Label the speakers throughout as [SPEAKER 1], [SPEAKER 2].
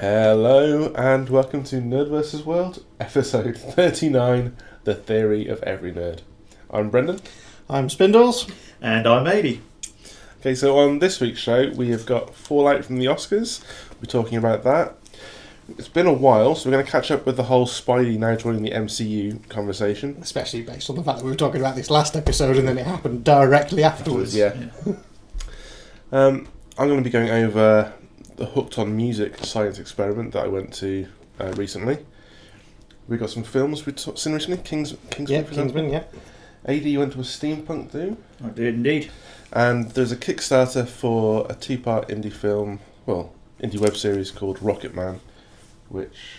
[SPEAKER 1] Hello and welcome to Nerd vs. World, episode 39 The Theory of Every Nerd. I'm Brendan.
[SPEAKER 2] I'm Spindles.
[SPEAKER 3] And I'm 80.
[SPEAKER 1] Okay, so on this week's show, we have got Fallout from the Oscars. We're talking about that. It's been a while, so we're going to catch up with the whole Spidey now joining the MCU conversation.
[SPEAKER 2] Especially based on the fact that we were talking about this last episode and then it happened directly afterwards.
[SPEAKER 1] Yeah. Um, I'm going to be going over the Hooked on Music science experiment that I went to uh, recently. We got some films we've t- seen recently. Kings, Kingsman.
[SPEAKER 2] Yeah,
[SPEAKER 1] for example.
[SPEAKER 2] Kingsman, yeah.
[SPEAKER 1] AD, you went to a steampunk do,
[SPEAKER 3] I did indeed.
[SPEAKER 1] and there's a Kickstarter for a two-part indie film, well, indie web series called Rocket Man, which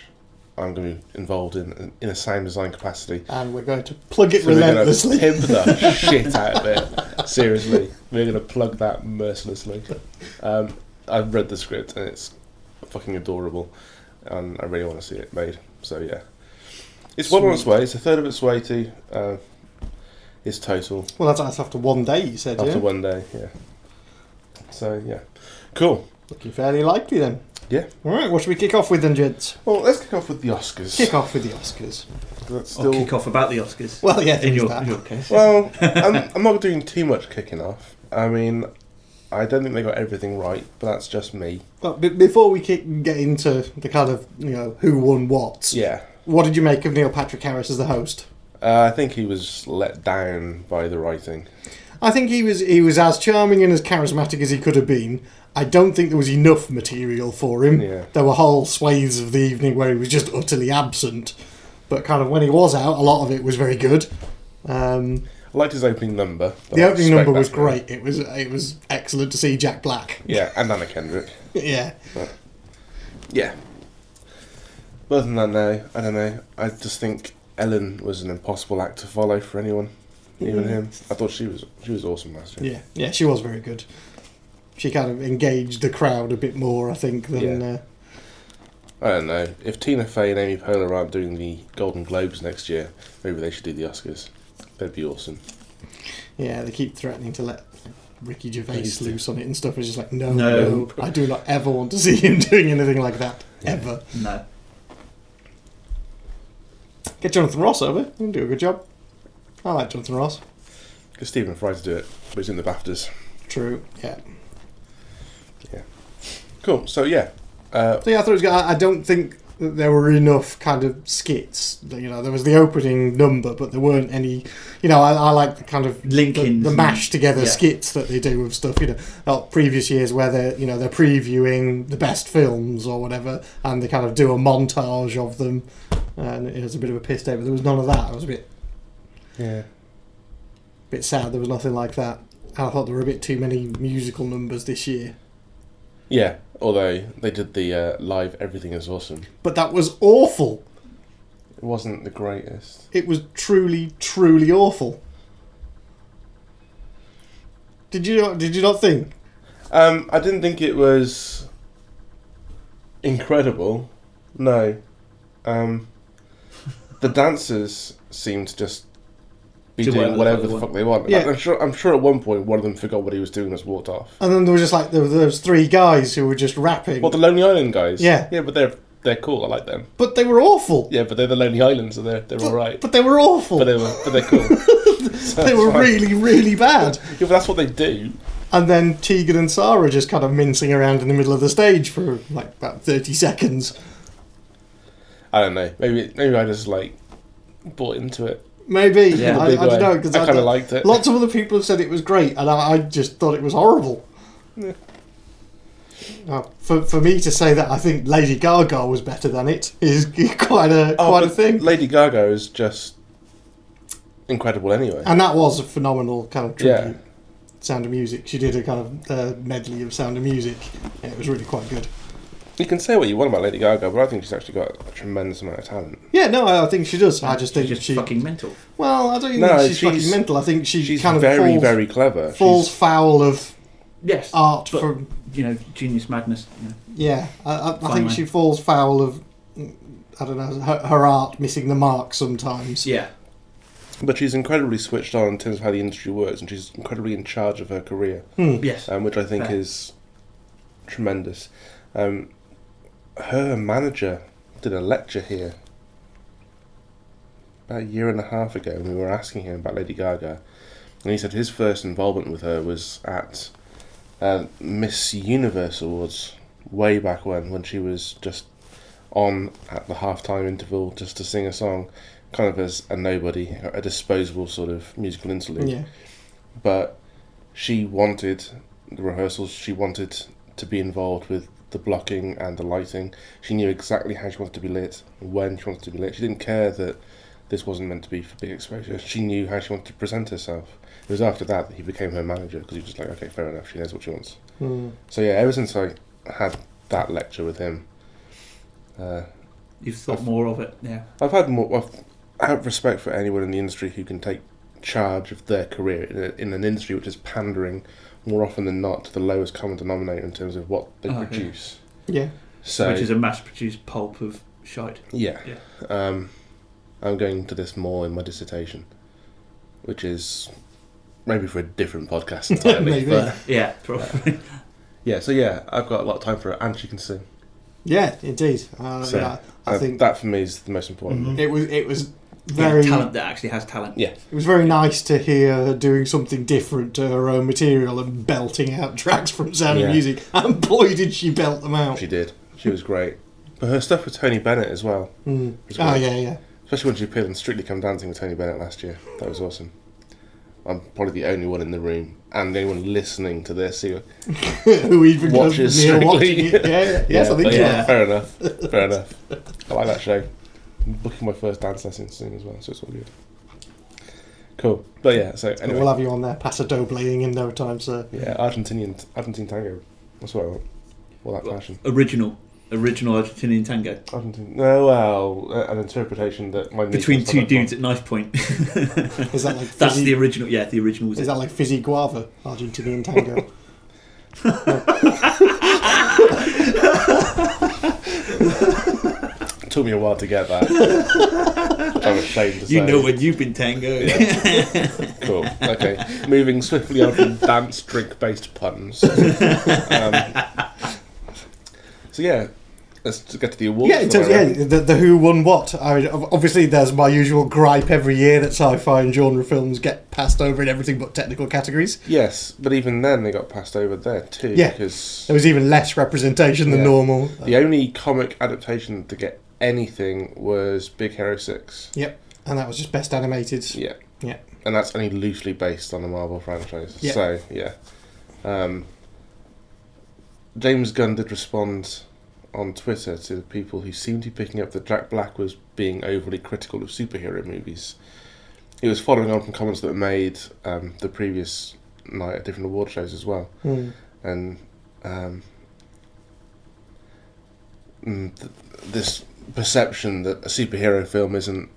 [SPEAKER 1] I'm going to be involved in in a sound design capacity.
[SPEAKER 2] And we're going to plug it
[SPEAKER 1] So we're gonna
[SPEAKER 2] relentlessly.
[SPEAKER 1] pimp the shit out of it. Seriously, we're going to plug that mercilessly. Um, I've read the script and it's fucking adorable, and I really want to see it made. So yeah, it's well on its way. It's a third of its way to uh, its total.
[SPEAKER 2] Well, that's, that's after one day, you said,
[SPEAKER 1] After
[SPEAKER 2] yeah?
[SPEAKER 1] one day, yeah. So yeah, cool.
[SPEAKER 2] Looking fairly likely then.
[SPEAKER 1] Yeah.
[SPEAKER 2] All right, what should we kick off with then, gents?
[SPEAKER 1] Well, let's kick off with the Oscars.
[SPEAKER 2] Kick off with the Oscars.
[SPEAKER 1] That's
[SPEAKER 3] I'll
[SPEAKER 1] still
[SPEAKER 3] kick off about the Oscars.
[SPEAKER 2] Well, yeah, there
[SPEAKER 3] in
[SPEAKER 2] is
[SPEAKER 3] your,
[SPEAKER 2] that.
[SPEAKER 3] in your case.
[SPEAKER 1] well. I'm, I'm not doing too much kicking off. I mean, I don't think they got everything right, but that's just me.
[SPEAKER 2] But b- before we kick, get into the kind of, you know, who won what,
[SPEAKER 1] Yeah.
[SPEAKER 2] what did you make of Neil Patrick Harris as the host?
[SPEAKER 1] Uh, I think he was let down by the writing.
[SPEAKER 2] I think he was he was as charming and as charismatic as he could have been. I don't think there was enough material for him.
[SPEAKER 1] Yeah.
[SPEAKER 2] There were whole swathes of the evening where he was just utterly absent, but kind of when he was out, a lot of it was very good. Um,
[SPEAKER 1] I liked his opening number. but
[SPEAKER 2] the
[SPEAKER 1] I
[SPEAKER 2] opening
[SPEAKER 1] expect
[SPEAKER 2] number
[SPEAKER 1] that
[SPEAKER 2] was
[SPEAKER 1] from him.
[SPEAKER 2] great. It was it was excellent to see Jack Black.
[SPEAKER 1] Yeah, and Anna Kendrick.
[SPEAKER 2] yeah,
[SPEAKER 1] Yeah. But other than that, no, I don't know. I just think Ellen was an impossible act to follow for anyone, even him. I thought she was she was awesome last year.
[SPEAKER 2] yeah, yeah. She was very good. She kind of engaged the crowd a bit more, I think, than
[SPEAKER 1] Yeah.
[SPEAKER 2] uh,
[SPEAKER 1] I don't know if Tina Fey and Amy Poehler aren't doing the Golden Globes next year. Maybe they should do the Oscars. That'd be awesome.
[SPEAKER 2] yeah. They keep threatening to let. Ricky
[SPEAKER 1] Please
[SPEAKER 2] Gervais
[SPEAKER 1] do.
[SPEAKER 2] loose on it and stuff It's just like no,
[SPEAKER 3] No.
[SPEAKER 2] no, I do not ever want to see him doing anything like that ever.
[SPEAKER 3] No.
[SPEAKER 2] Get Jonathan Ross over. He'll do a good job. I like Jonathan Ross.
[SPEAKER 1] Get Stephen Fry to do it, but he's in the Baftas.
[SPEAKER 2] True. Yeah.
[SPEAKER 1] Cool. So yeah, uh,
[SPEAKER 2] So yeah, I thought it was good. I I don't think that there were enough kind of skits. That, You know, there was the opening number, but there weren't any. You know, I, I like the kind of
[SPEAKER 3] Lincoln.
[SPEAKER 2] the, the mash together
[SPEAKER 3] Yeah.
[SPEAKER 2] skits that they do with stuff. You know, not previous years where they're you know they're previewing the best films or whatever, and they kind of do a montage of them. And it was a bit of a piss day, but there was none of that. It was a bit
[SPEAKER 1] yeah,
[SPEAKER 2] bit sad. There was nothing like that. And I thought there were a bit too many musical numbers this year.
[SPEAKER 1] yeah. Although they did the uh, live "Everything Is Awesome,"
[SPEAKER 2] but that was awful.
[SPEAKER 1] it wasn't the greatest.
[SPEAKER 2] It was truly, truly awful. Did you not? Did you not think?
[SPEAKER 1] Um, I didn't think it was incredible. No, um, the dancers seemed to just be
[SPEAKER 3] Do
[SPEAKER 1] doing whatever the fuck they want.
[SPEAKER 2] Yeah.
[SPEAKER 1] I'm sure. I'm sure at one point one of them forgot what he was doing and just walked off.
[SPEAKER 2] And then there was just like there were those three guys who were just rapping,
[SPEAKER 1] Well, the Lonely Island guys.
[SPEAKER 2] Yeah.
[SPEAKER 1] yeah, but they're they're cool. I like them.
[SPEAKER 2] but they were awful.
[SPEAKER 1] Yeah, but they're the Lonely Island, so they're they're
[SPEAKER 2] But,
[SPEAKER 1] all right.
[SPEAKER 2] but they were awful.
[SPEAKER 1] But they were but they're cool. So
[SPEAKER 2] they
[SPEAKER 1] it's
[SPEAKER 2] were
[SPEAKER 1] fine.
[SPEAKER 2] really, really bad.
[SPEAKER 1] Yeah, but that's what they do.
[SPEAKER 2] And then Tegan and Sarah just kind of mincing around in the middle of the stage for like about thirty seconds.
[SPEAKER 1] I don't know. Maybe maybe I just like bought into it.
[SPEAKER 2] Maybe
[SPEAKER 3] Yeah.
[SPEAKER 2] I,
[SPEAKER 1] In a big
[SPEAKER 2] I don't know
[SPEAKER 1] way.
[SPEAKER 2] because
[SPEAKER 1] I
[SPEAKER 2] I,
[SPEAKER 1] kinda
[SPEAKER 2] don't-
[SPEAKER 1] liked it.
[SPEAKER 2] Lots of other people have said it was great, and I, I just thought it was horrible.
[SPEAKER 1] Yeah.
[SPEAKER 2] Now, for for me to say that I think Lady Gaga was better than it is quite a
[SPEAKER 1] Oh,
[SPEAKER 2] quite a
[SPEAKER 1] but
[SPEAKER 2] thing.
[SPEAKER 1] Lady Gaga is just incredible anyway.
[SPEAKER 2] and that was a phenomenal kind of tribute.
[SPEAKER 1] Yeah.
[SPEAKER 2] uh,
[SPEAKER 1] uh,
[SPEAKER 3] Uh,
[SPEAKER 2] I don't know her, her art missing the mark sometimes.
[SPEAKER 3] Yeah.
[SPEAKER 1] But she's incredibly switched on in terms of how the industry works, and she's incredibly in charge of her career.
[SPEAKER 2] Hmm.
[SPEAKER 3] Yes.
[SPEAKER 1] um, which I think
[SPEAKER 3] Fair.
[SPEAKER 1] is tremendous. Um, her manager did a lecture here about a year and a half ago, and we were asking him about Lady Gaga, and he said his first involvement with her was at uh, Miss Universe Awards way back when, when she was just on at the halftime interval just to sing a song, kind of as a nobody, a disposable sort of musical interlude
[SPEAKER 2] Yeah.
[SPEAKER 1] but she wanted the rehearsals. She wanted to be involved with the blocking and the lighting. She knew exactly how she wanted to be lit, when she wanted to be lit. She didn't care that this wasn't meant to be for big exposure. She knew how she wanted to present herself. It was after that that he became her manager because he was just like, okay, fair enough. She knows what she wants.
[SPEAKER 2] Hmm.
[SPEAKER 1] So yeah, ever since I had that lecture with him, uh,
[SPEAKER 3] You've thought more of it now.
[SPEAKER 1] I've had more. I've, I have respect for anyone in the industry who can take charge of their career in, a, in an industry which is pandering more often than not to the lowest common denominator in terms of what they
[SPEAKER 3] Oh, yeah.
[SPEAKER 1] produce.
[SPEAKER 2] Yeah.
[SPEAKER 1] So
[SPEAKER 3] Which is a mass produced pulp of shite.
[SPEAKER 1] yeah, Um, I'm going to this more in my dissertation, which is maybe for a different podcast entirely.
[SPEAKER 2] Maybe.
[SPEAKER 1] But
[SPEAKER 3] Yeah, probably.
[SPEAKER 1] yeah, so yeah, I've got a lot of time for it, and she can sing.
[SPEAKER 2] Yeah. Indeed. Uh,
[SPEAKER 1] So,
[SPEAKER 2] yeah. I
[SPEAKER 1] Uh,
[SPEAKER 2] think Mm-hmm.
[SPEAKER 1] that for me is the most important.
[SPEAKER 3] Mhm.
[SPEAKER 2] it was it was
[SPEAKER 3] Yeah,
[SPEAKER 2] very
[SPEAKER 3] talent that actually has talent.
[SPEAKER 1] Yeah.
[SPEAKER 2] it was very nice to hear her doing something different to her own material and belting out tracks from Sound
[SPEAKER 1] Yeah.
[SPEAKER 2] of Music. And boy, did she belt them out!
[SPEAKER 1] She did. She was great. But her stuff with Tony Bennett as well.
[SPEAKER 2] Hmm.
[SPEAKER 1] was
[SPEAKER 2] Oh
[SPEAKER 1] great.
[SPEAKER 2] yeah, yeah.
[SPEAKER 1] Especially when she appeared on Strictly Come Dancing with Tony Bennett last year. That was awesome. I'm probably the only one in the room and the only one listening to this. who-
[SPEAKER 2] Who even
[SPEAKER 1] Watches
[SPEAKER 2] goes near
[SPEAKER 1] strictly.
[SPEAKER 2] watching it? Yeah, yeah. yes, I
[SPEAKER 1] but
[SPEAKER 2] think so.
[SPEAKER 1] Oh, yeah,
[SPEAKER 3] yeah.
[SPEAKER 1] fair enough. Fair enough. I like that show. I'm booking my first dance lesson soon as well, so it's all good. Cool. But yeah, so anyway.
[SPEAKER 2] We'll have you on there, Paso Dobling in no time, sir.
[SPEAKER 1] yeah, Argentinian, Argentine tango. That's what I want. Well, that fashion.
[SPEAKER 3] Original. Original Argentinian tango.
[SPEAKER 1] Argentine. No, well, uh, an interpretation that my niece
[SPEAKER 3] Between
[SPEAKER 1] was
[SPEAKER 3] two
[SPEAKER 1] like, "Oh,
[SPEAKER 3] dudes at knife point.
[SPEAKER 2] Is that like
[SPEAKER 3] That's
[SPEAKER 2] fizzy-
[SPEAKER 3] the original. Yeah, the original was it.
[SPEAKER 2] Is that like fizzy guava, Argentinian tango?
[SPEAKER 1] It took me a while to get that. I'm ashamed to say.
[SPEAKER 3] You know when you've been tango.
[SPEAKER 1] Cool. Okay. Moving swiftly on from dance drink based puns. um, so yeah, let's just get to the awards.
[SPEAKER 2] yeah, in
[SPEAKER 1] then,
[SPEAKER 2] terms
[SPEAKER 1] I reckon.
[SPEAKER 2] yeah, the, the who won what. I mean, ob- obviously, there's my usual gripe every year that sci-fi and genre films get passed over in everything but technical categories.
[SPEAKER 1] Yes, but even then they got passed over there too.
[SPEAKER 2] Yeah.
[SPEAKER 1] Because
[SPEAKER 2] There was even less representation than
[SPEAKER 1] Yeah.
[SPEAKER 2] normal.
[SPEAKER 1] the only comic adaptation to get anything was Big Hero Six.
[SPEAKER 2] and that was just best animated.
[SPEAKER 1] Yeah.
[SPEAKER 2] Yeah.
[SPEAKER 1] And that's only loosely based on the Marvel franchise.
[SPEAKER 2] Yeah.
[SPEAKER 1] So yeah. Um, James Gunn did respond on Twitter to the people who seemed to be picking up that Jack Black was being overly critical of superhero movies. He was following on from comments that were made um, the previous night at different award shows as well
[SPEAKER 2] Hmm.
[SPEAKER 1] and um, mm, th- this perception that a superhero film isn't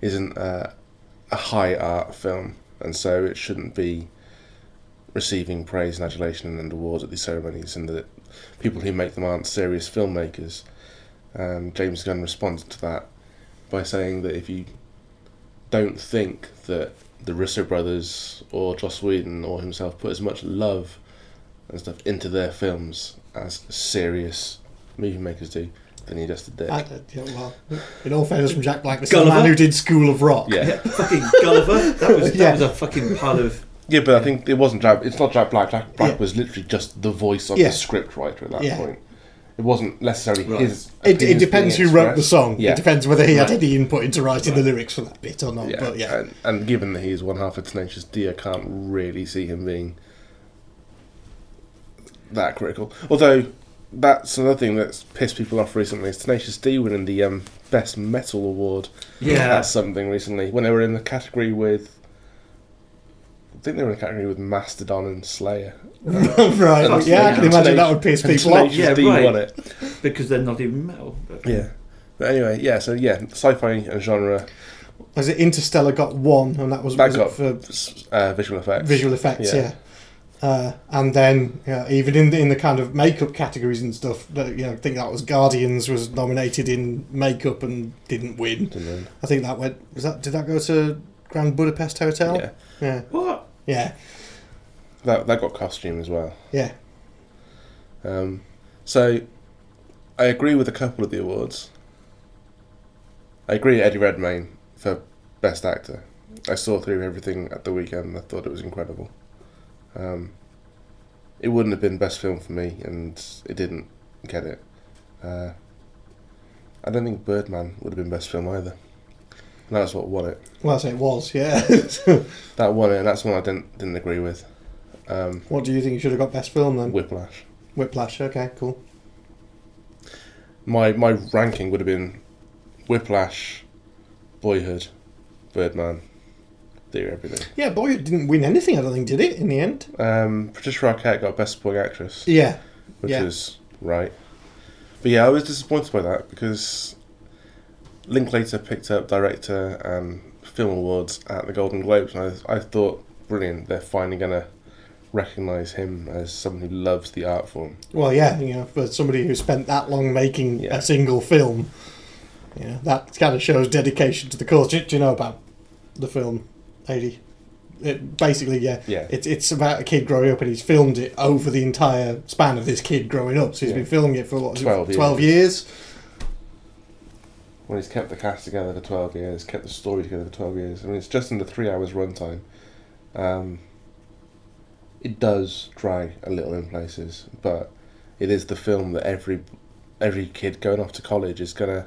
[SPEAKER 1] isn't uh, a high art film, and so it shouldn't be receiving praise and adulation and awards at these ceremonies, and that people who make them aren't serious filmmakers. Um, James Gunn responded to that by saying that if you don't think that the Russo brothers or Joss Whedon or himself put as much love and stuff into their films as serious movie makers do, then you're just a dick.
[SPEAKER 2] And, uh, yeah, well, in all fairness, from Jack Black, this is the
[SPEAKER 3] Gulliver.
[SPEAKER 2] man who did School of Rock.
[SPEAKER 1] yeah.
[SPEAKER 3] Yeah, fucking Gulliver. That was that
[SPEAKER 2] Yeah.
[SPEAKER 3] was a fucking pile of
[SPEAKER 1] Yeah, but I think it wasn't Jack. It's not Jack Black. Jack Black
[SPEAKER 2] Yeah.
[SPEAKER 1] was literally just the voice of
[SPEAKER 2] Yeah.
[SPEAKER 1] the script writer at that
[SPEAKER 2] Yeah.
[SPEAKER 1] point. It wasn't necessarily
[SPEAKER 3] Right.
[SPEAKER 1] his.
[SPEAKER 2] It, it
[SPEAKER 1] opinions
[SPEAKER 2] depends who
[SPEAKER 1] being
[SPEAKER 2] wrote the
[SPEAKER 1] expressed.
[SPEAKER 2] song.
[SPEAKER 1] Yeah.
[SPEAKER 2] It depends whether he had
[SPEAKER 3] Right.
[SPEAKER 2] any input into writing the lyrics for that bit or not. But yeah,
[SPEAKER 1] And, and given that he's one half of Tenacious D, I can't really see him being that critical. Although that's another thing that's pissed people off recently is Tenacious D winning the um, best metal award.
[SPEAKER 3] yeah.
[SPEAKER 1] at something recently when they were in the category with. I think they were in the category with Mastodon and Slayer.
[SPEAKER 2] right.
[SPEAKER 3] Fuck
[SPEAKER 2] Yeah, I
[SPEAKER 3] yeah.
[SPEAKER 2] can imagine that would piss
[SPEAKER 1] And
[SPEAKER 2] people off.
[SPEAKER 1] Tenacious
[SPEAKER 3] Yeah,
[SPEAKER 1] D
[SPEAKER 3] right.
[SPEAKER 1] won it.
[SPEAKER 3] because they're not even metal. But
[SPEAKER 1] Yeah. But anyway, yeah. So yeah, sci-fi and genre
[SPEAKER 2] Was it Interstellar got one, and that was,
[SPEAKER 1] That
[SPEAKER 2] was it
[SPEAKER 1] got-
[SPEAKER 2] for
[SPEAKER 1] uh, visual effects.
[SPEAKER 2] visual effects?
[SPEAKER 1] Yeah.
[SPEAKER 2] Yeah. Uh, and then yeah, even in the, in the kind of makeup categories and stuff, that, you know, I think that was Guardians was nominated in makeup and didn't win.
[SPEAKER 1] Didn't know.
[SPEAKER 2] I think that went. Was that did that go to Grand Budapest Hotel?
[SPEAKER 1] Yeah,
[SPEAKER 2] yeah,
[SPEAKER 3] What?
[SPEAKER 2] yeah.
[SPEAKER 1] that that got costume as well.
[SPEAKER 2] yeah.
[SPEAKER 1] Um, so, I agree with a couple of the awards. I agree Eddie Redmayne for Best Actor. I saw through everything at the weekend. and I thought it was incredible. Um, it wouldn't have been best film for me, and it didn't get it. Uh, I don't think Birdman would have been best film either. And that's what won it.
[SPEAKER 2] Well, I say it was. Yeah.
[SPEAKER 1] That won it, and that's one I didn't didn't agree with. Um,
[SPEAKER 2] what do you think? You should have got best film then.
[SPEAKER 1] Whiplash.
[SPEAKER 2] Whiplash. Okay, cool.
[SPEAKER 1] my my ranking would have been Whiplash, Boyhood, Birdman, Theory of Everything.
[SPEAKER 2] Yeah, boy, it didn't win anything. I don't think did it in the end.
[SPEAKER 1] Um, Patricia Arquette got Best Supporting Actress,
[SPEAKER 2] Yeah,
[SPEAKER 1] which
[SPEAKER 2] yeah.
[SPEAKER 1] is right. But yeah, I was disappointed by that because Linklater picked up director and film awards at the Golden Globes, and I, I thought, brilliant, they're finally gonna recognise him as someone who loves the art form.
[SPEAKER 2] Well, yeah, you know, for somebody who spent that long making
[SPEAKER 1] Yeah.
[SPEAKER 2] a single film, you know, that kind of shows dedication to the cause. Do, do you know about the film, Adi? It basically, yeah,
[SPEAKER 1] Yeah,
[SPEAKER 2] it's it's about a kid growing up, and he's filmed it over the entire span of this kid growing up. So he's
[SPEAKER 1] Yeah.
[SPEAKER 2] been filming it for what, is it,
[SPEAKER 1] 12 years.
[SPEAKER 2] years?
[SPEAKER 1] when he's kept the cast together for 12 years, kept the story together for 12 years. I mean, it's just under three hours runtime. Um, it does drag a little in places, but it is the film that every every kid going off to college is gonna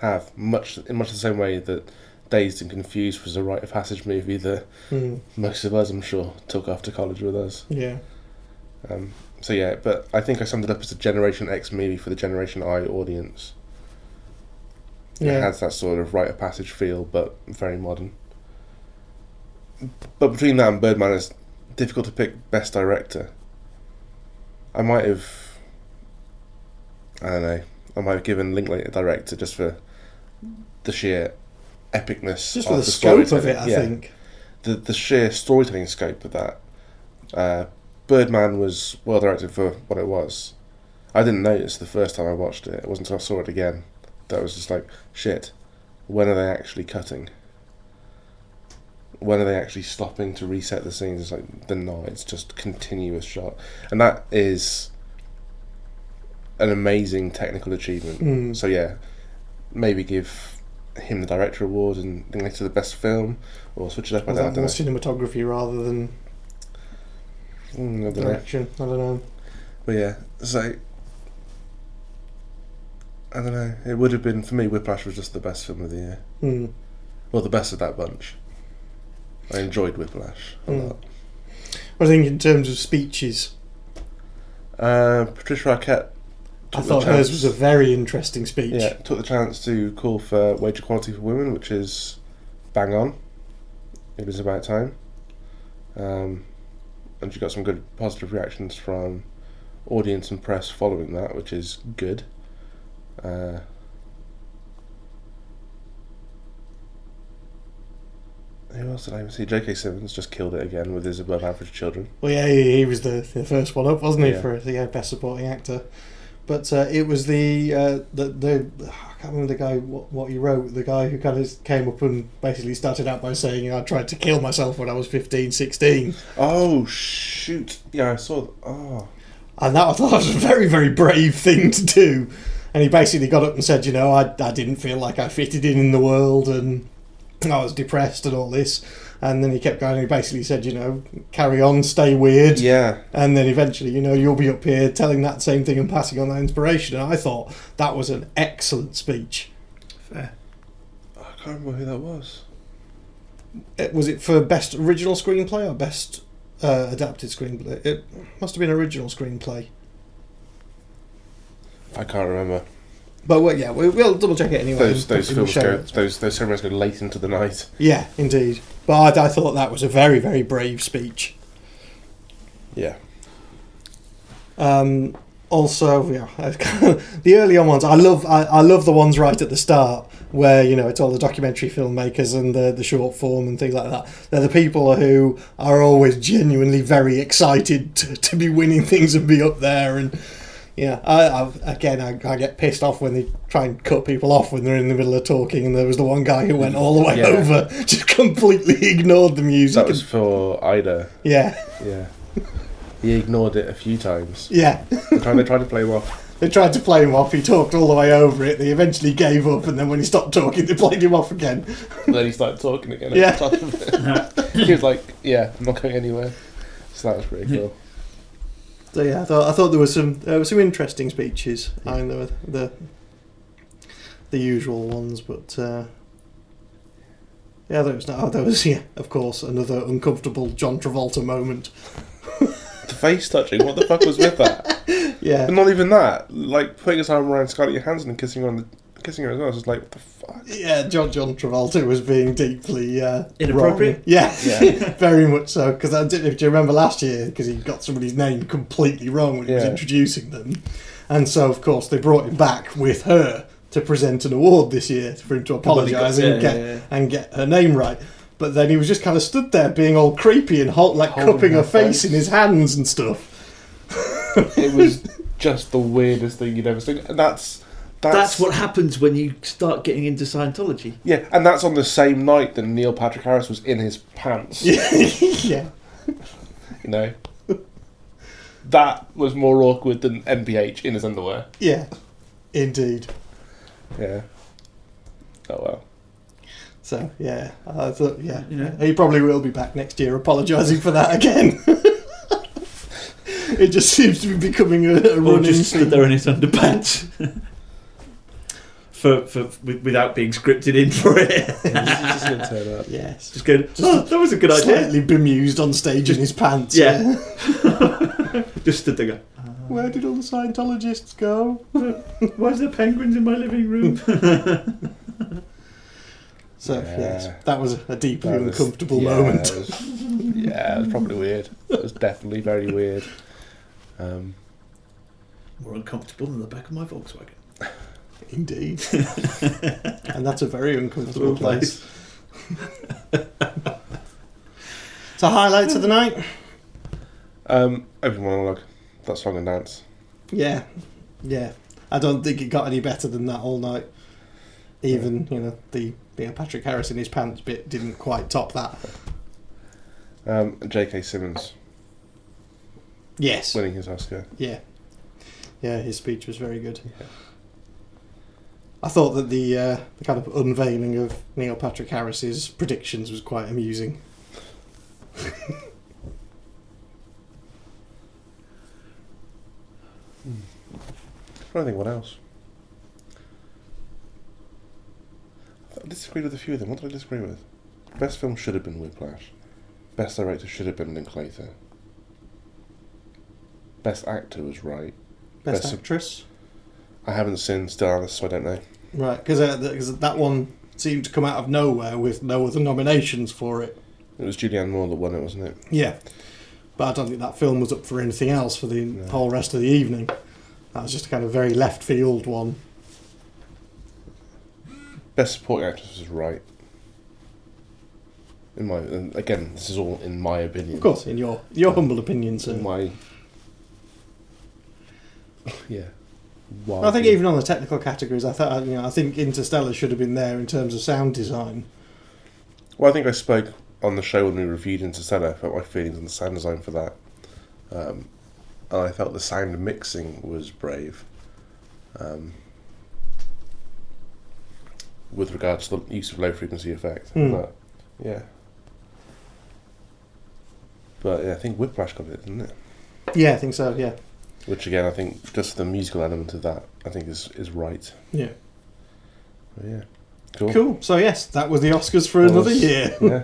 [SPEAKER 1] have much in much the same way that Dazed and Confused was a rite of passage movie that
[SPEAKER 2] Mm,
[SPEAKER 1] most of us, I'm sure, took off to college with us.
[SPEAKER 2] yeah,
[SPEAKER 1] Um, so yeah, but I think I summed it up as a Generation X movie for the Generation I audience. It
[SPEAKER 2] yeah,
[SPEAKER 1] has that sort of rite of passage feel, but very modern. But between that and Birdman, it's difficult to pick best director. I might have, I don't know, I might have given Linklater director just for the sheer epicness.
[SPEAKER 2] just
[SPEAKER 1] of
[SPEAKER 2] for the, scope of
[SPEAKER 1] storytelling.
[SPEAKER 2] it, I
[SPEAKER 1] Yeah
[SPEAKER 2] think.
[SPEAKER 1] the the sheer storytelling scope of that. Uh, Birdman was well directed for what it was. I didn't notice the first time I watched it. It wasn't until I saw it again that I was just like, shit. When are they actually cutting? When are they actually stopping to reset the scenes? It's like, then no, it's just continuous shot, and that is an amazing technical achievement.
[SPEAKER 2] Mm.
[SPEAKER 1] So yeah, maybe give him the director award and then later the best film, or switch it up. I
[SPEAKER 2] Or
[SPEAKER 1] don't, I
[SPEAKER 2] that
[SPEAKER 1] don't
[SPEAKER 2] more
[SPEAKER 1] know.
[SPEAKER 2] cinematography rather than
[SPEAKER 1] Mm, I don't know.
[SPEAKER 2] direction. I don't know.
[SPEAKER 1] But yeah, so I don't know. It would have been for me. Whiplash was just the best film of the year.
[SPEAKER 2] Mm.
[SPEAKER 1] Well, the best of that bunch. I enjoyed Whiplash a
[SPEAKER 2] Mm.
[SPEAKER 1] lot.
[SPEAKER 2] What do you think in terms of speeches?
[SPEAKER 1] Uh, Patricia Arquette.
[SPEAKER 2] I
[SPEAKER 1] took the
[SPEAKER 2] thought hers
[SPEAKER 1] chance-
[SPEAKER 2] was a very interesting speech.
[SPEAKER 1] Yeah, took the chance to call for wage equality for women, which is bang on. It is about time. Um, and she got some good positive reactions from audience and press following that, which is good. Uh, who else did I even see? J.K. Simmons just killed it again with his above average children.
[SPEAKER 2] Well, yeah, he, he was the, the first one up, wasn't he,
[SPEAKER 1] Yeah.
[SPEAKER 2] for the yeah, best supporting actor? But uh, it was the, uh, the the I can't remember the guy what, what he wrote. The guy who kind of came up and basically started out by saying, you know, "I tried to kill myself when I was 15, 16.
[SPEAKER 1] Oh, shoot. Yeah, I saw. th- Oh.
[SPEAKER 2] and that I thought was a very very brave thing to do. And he basically got up and said, you know, I I didn't feel like I fitted in in the world, and I was depressed and all this. And then he kept going. and He basically said, you know, carry on, stay weird.
[SPEAKER 1] Yeah.
[SPEAKER 2] And then eventually, you know, you'll be up here telling that same thing and passing on that inspiration. And I thought that was an excellent speech.
[SPEAKER 3] Fair.
[SPEAKER 1] I can't remember who that was.
[SPEAKER 2] It, was it for best original screenplay or best uh, adapted screenplay? It must have been original screenplay.
[SPEAKER 1] I can't remember.
[SPEAKER 2] But well, yeah, we, we'll double check it anyway.
[SPEAKER 1] those
[SPEAKER 2] and
[SPEAKER 1] those
[SPEAKER 2] put it in the
[SPEAKER 1] films
[SPEAKER 2] show
[SPEAKER 1] go
[SPEAKER 2] notes.
[SPEAKER 1] those those ceremonies go late into the night.
[SPEAKER 2] Yeah, indeed. But I, I thought that was a very very brave speech.
[SPEAKER 1] Yeah.
[SPEAKER 2] Um, also, yeah, the early on ones. I love, I, I love the ones right at the start where you know it's all the documentary filmmakers and the the short form and things like that. They're the people who are always genuinely very excited to, to be winning things and be up there. And yeah, I, I again, I, I get pissed off when they try and cut people off when they're in the middle of talking. And there was the one guy who went all the way
[SPEAKER 1] Yeah.
[SPEAKER 2] over, just completely ignored the music.
[SPEAKER 1] That was for Ida.
[SPEAKER 2] and- yeah,
[SPEAKER 1] Yeah. He ignored it a few times.
[SPEAKER 2] yeah.
[SPEAKER 1] They tried, they tried to play him off.
[SPEAKER 2] They tried to play him off. He talked all the way over it. They eventually gave up, and then when he stopped talking, they played him off again.
[SPEAKER 1] And then he started talking again. at
[SPEAKER 2] Yeah.
[SPEAKER 1] the top. he was like, yeah, I'm not going anywhere. So that was pretty cool.
[SPEAKER 2] So yeah, I thought I thought there was some there were some interesting speeches. I mean, there were the the usual ones, but uh, yeah, there was no. Oh, there was yeah, of course, another uncomfortable John Travolta moment.
[SPEAKER 1] The face touching, what the fuck was with that?
[SPEAKER 2] Yeah,
[SPEAKER 1] And not even that. Like, putting his arm around Scarlett Johansson and kissing her, on the, kissing her as well. I was just like, what the fuck?
[SPEAKER 2] yeah, John John Travolta was being deeply uh,
[SPEAKER 3] Inappropriate?
[SPEAKER 2] wrong. Yeah,
[SPEAKER 1] Yeah.
[SPEAKER 2] very much so. Because I didn't if you remember last year, because he got somebody's name completely wrong when he was
[SPEAKER 1] Yeah.
[SPEAKER 2] introducing them, and so of course they brought him back with her to present an award this year for him to apologise
[SPEAKER 3] Yeah,
[SPEAKER 2] and get
[SPEAKER 3] yeah, yeah.
[SPEAKER 2] and get her name right. But then he was just kind of stood there being all creepy and hot, like
[SPEAKER 1] Holding
[SPEAKER 2] cupping
[SPEAKER 1] her
[SPEAKER 2] her face
[SPEAKER 1] face.
[SPEAKER 2] in his hands and stuff.
[SPEAKER 1] It was just the weirdest thing you'd ever seen. And that's. That's,
[SPEAKER 3] That's what happens when you start getting into Scientology.
[SPEAKER 1] Yeah, and that's on the same night that Neil Patrick Harris was in his pants.
[SPEAKER 2] yeah,
[SPEAKER 1] You know? That was more awkward than MPH in his underwear.
[SPEAKER 2] yeah, indeed.
[SPEAKER 1] Yeah. Oh well.
[SPEAKER 2] So yeah, I thought yeah,
[SPEAKER 3] You know.
[SPEAKER 2] he probably will be back next year, apologising for that again. it just seems to be becoming a, a
[SPEAKER 3] Or
[SPEAKER 2] running
[SPEAKER 3] just stood
[SPEAKER 2] thing.
[SPEAKER 3] there in his underpants. for, for, with- without being scripted in for it.
[SPEAKER 1] just gonna turn up.
[SPEAKER 2] Yes,
[SPEAKER 3] Just going, oh, that was a good idea.
[SPEAKER 2] slightly bemused on stage in his pants.
[SPEAKER 3] Yeah. Just stood there going,
[SPEAKER 2] Where did all the Scientologists go?
[SPEAKER 3] why is there penguins in my living room?
[SPEAKER 2] So
[SPEAKER 1] Yeah.
[SPEAKER 2] yes, that was a deeply
[SPEAKER 1] That was-
[SPEAKER 2] uncomfortable
[SPEAKER 1] yeah,
[SPEAKER 2] moment.
[SPEAKER 1] it was- yeah, it was probably weird. It was definitely very weird. Um,
[SPEAKER 3] More uncomfortable than the back of my Volkswagen.
[SPEAKER 2] Indeed. and that's a very uncomfortable
[SPEAKER 3] Uncomfortable
[SPEAKER 2] place. so highlights of the night?
[SPEAKER 1] um, open monologue. That song and dance.
[SPEAKER 2] Yeah. Yeah. I don't think it got any better than that all night. Even, you know, the being Patrick Harris in his pants bit didn't quite top that.
[SPEAKER 1] Um, J.K. Simmons
[SPEAKER 2] Yes.
[SPEAKER 1] winning his Oscar.
[SPEAKER 2] Yeah. Yeah, his speech was very good. I thought that the uh, the kind of unveiling of Neil Patrick Harris's predictions was quite amusing.
[SPEAKER 1] I don't think what else. I disagreed with a few of them. What did I disagree with? Best film should have been Whiplash. Best director should have been Linklater. Best actor was right.
[SPEAKER 2] Best
[SPEAKER 1] Best-
[SPEAKER 2] actress.
[SPEAKER 1] I haven't seen Still Alice, so I don't know.
[SPEAKER 2] Right, because that one seemed to come out of nowhere with no other nominations for it.
[SPEAKER 1] It was Julianne Moore that won it, wasn't it?
[SPEAKER 2] Yeah. But I don't think that film was up for anything else for the
[SPEAKER 1] No.
[SPEAKER 2] whole rest of the evening. That was just a kind of very left field one.
[SPEAKER 1] Best supporting actress was right. In my and again, this is all in my opinion.
[SPEAKER 2] Of course, in your your
[SPEAKER 1] Yeah.
[SPEAKER 2] humble opinion,
[SPEAKER 1] in
[SPEAKER 2] sir.
[SPEAKER 1] my yeah. Why
[SPEAKER 2] I think
[SPEAKER 1] do-
[SPEAKER 2] even on the technical categories, I thought you know I think Interstellar should have been there in terms of sound design.
[SPEAKER 1] Well, I think I spoke on the show when we reviewed Interstellar about my feelings on the sound design for that. Um, and I felt the sound mixing was brave. Um, with regards to the use of low frequency effect.
[SPEAKER 2] Hmm.
[SPEAKER 1] But, yeah. But yeah, I think Whiplash got it, didn't it?
[SPEAKER 2] Yeah, I think so. Yeah,
[SPEAKER 1] Which again, I think just the musical element of that, I think is, is right.
[SPEAKER 2] yeah,
[SPEAKER 1] But, yeah. Cool.
[SPEAKER 2] cool. So yes, that was the Oscars for
[SPEAKER 1] That
[SPEAKER 2] another
[SPEAKER 1] was-
[SPEAKER 2] year.
[SPEAKER 1] yeah.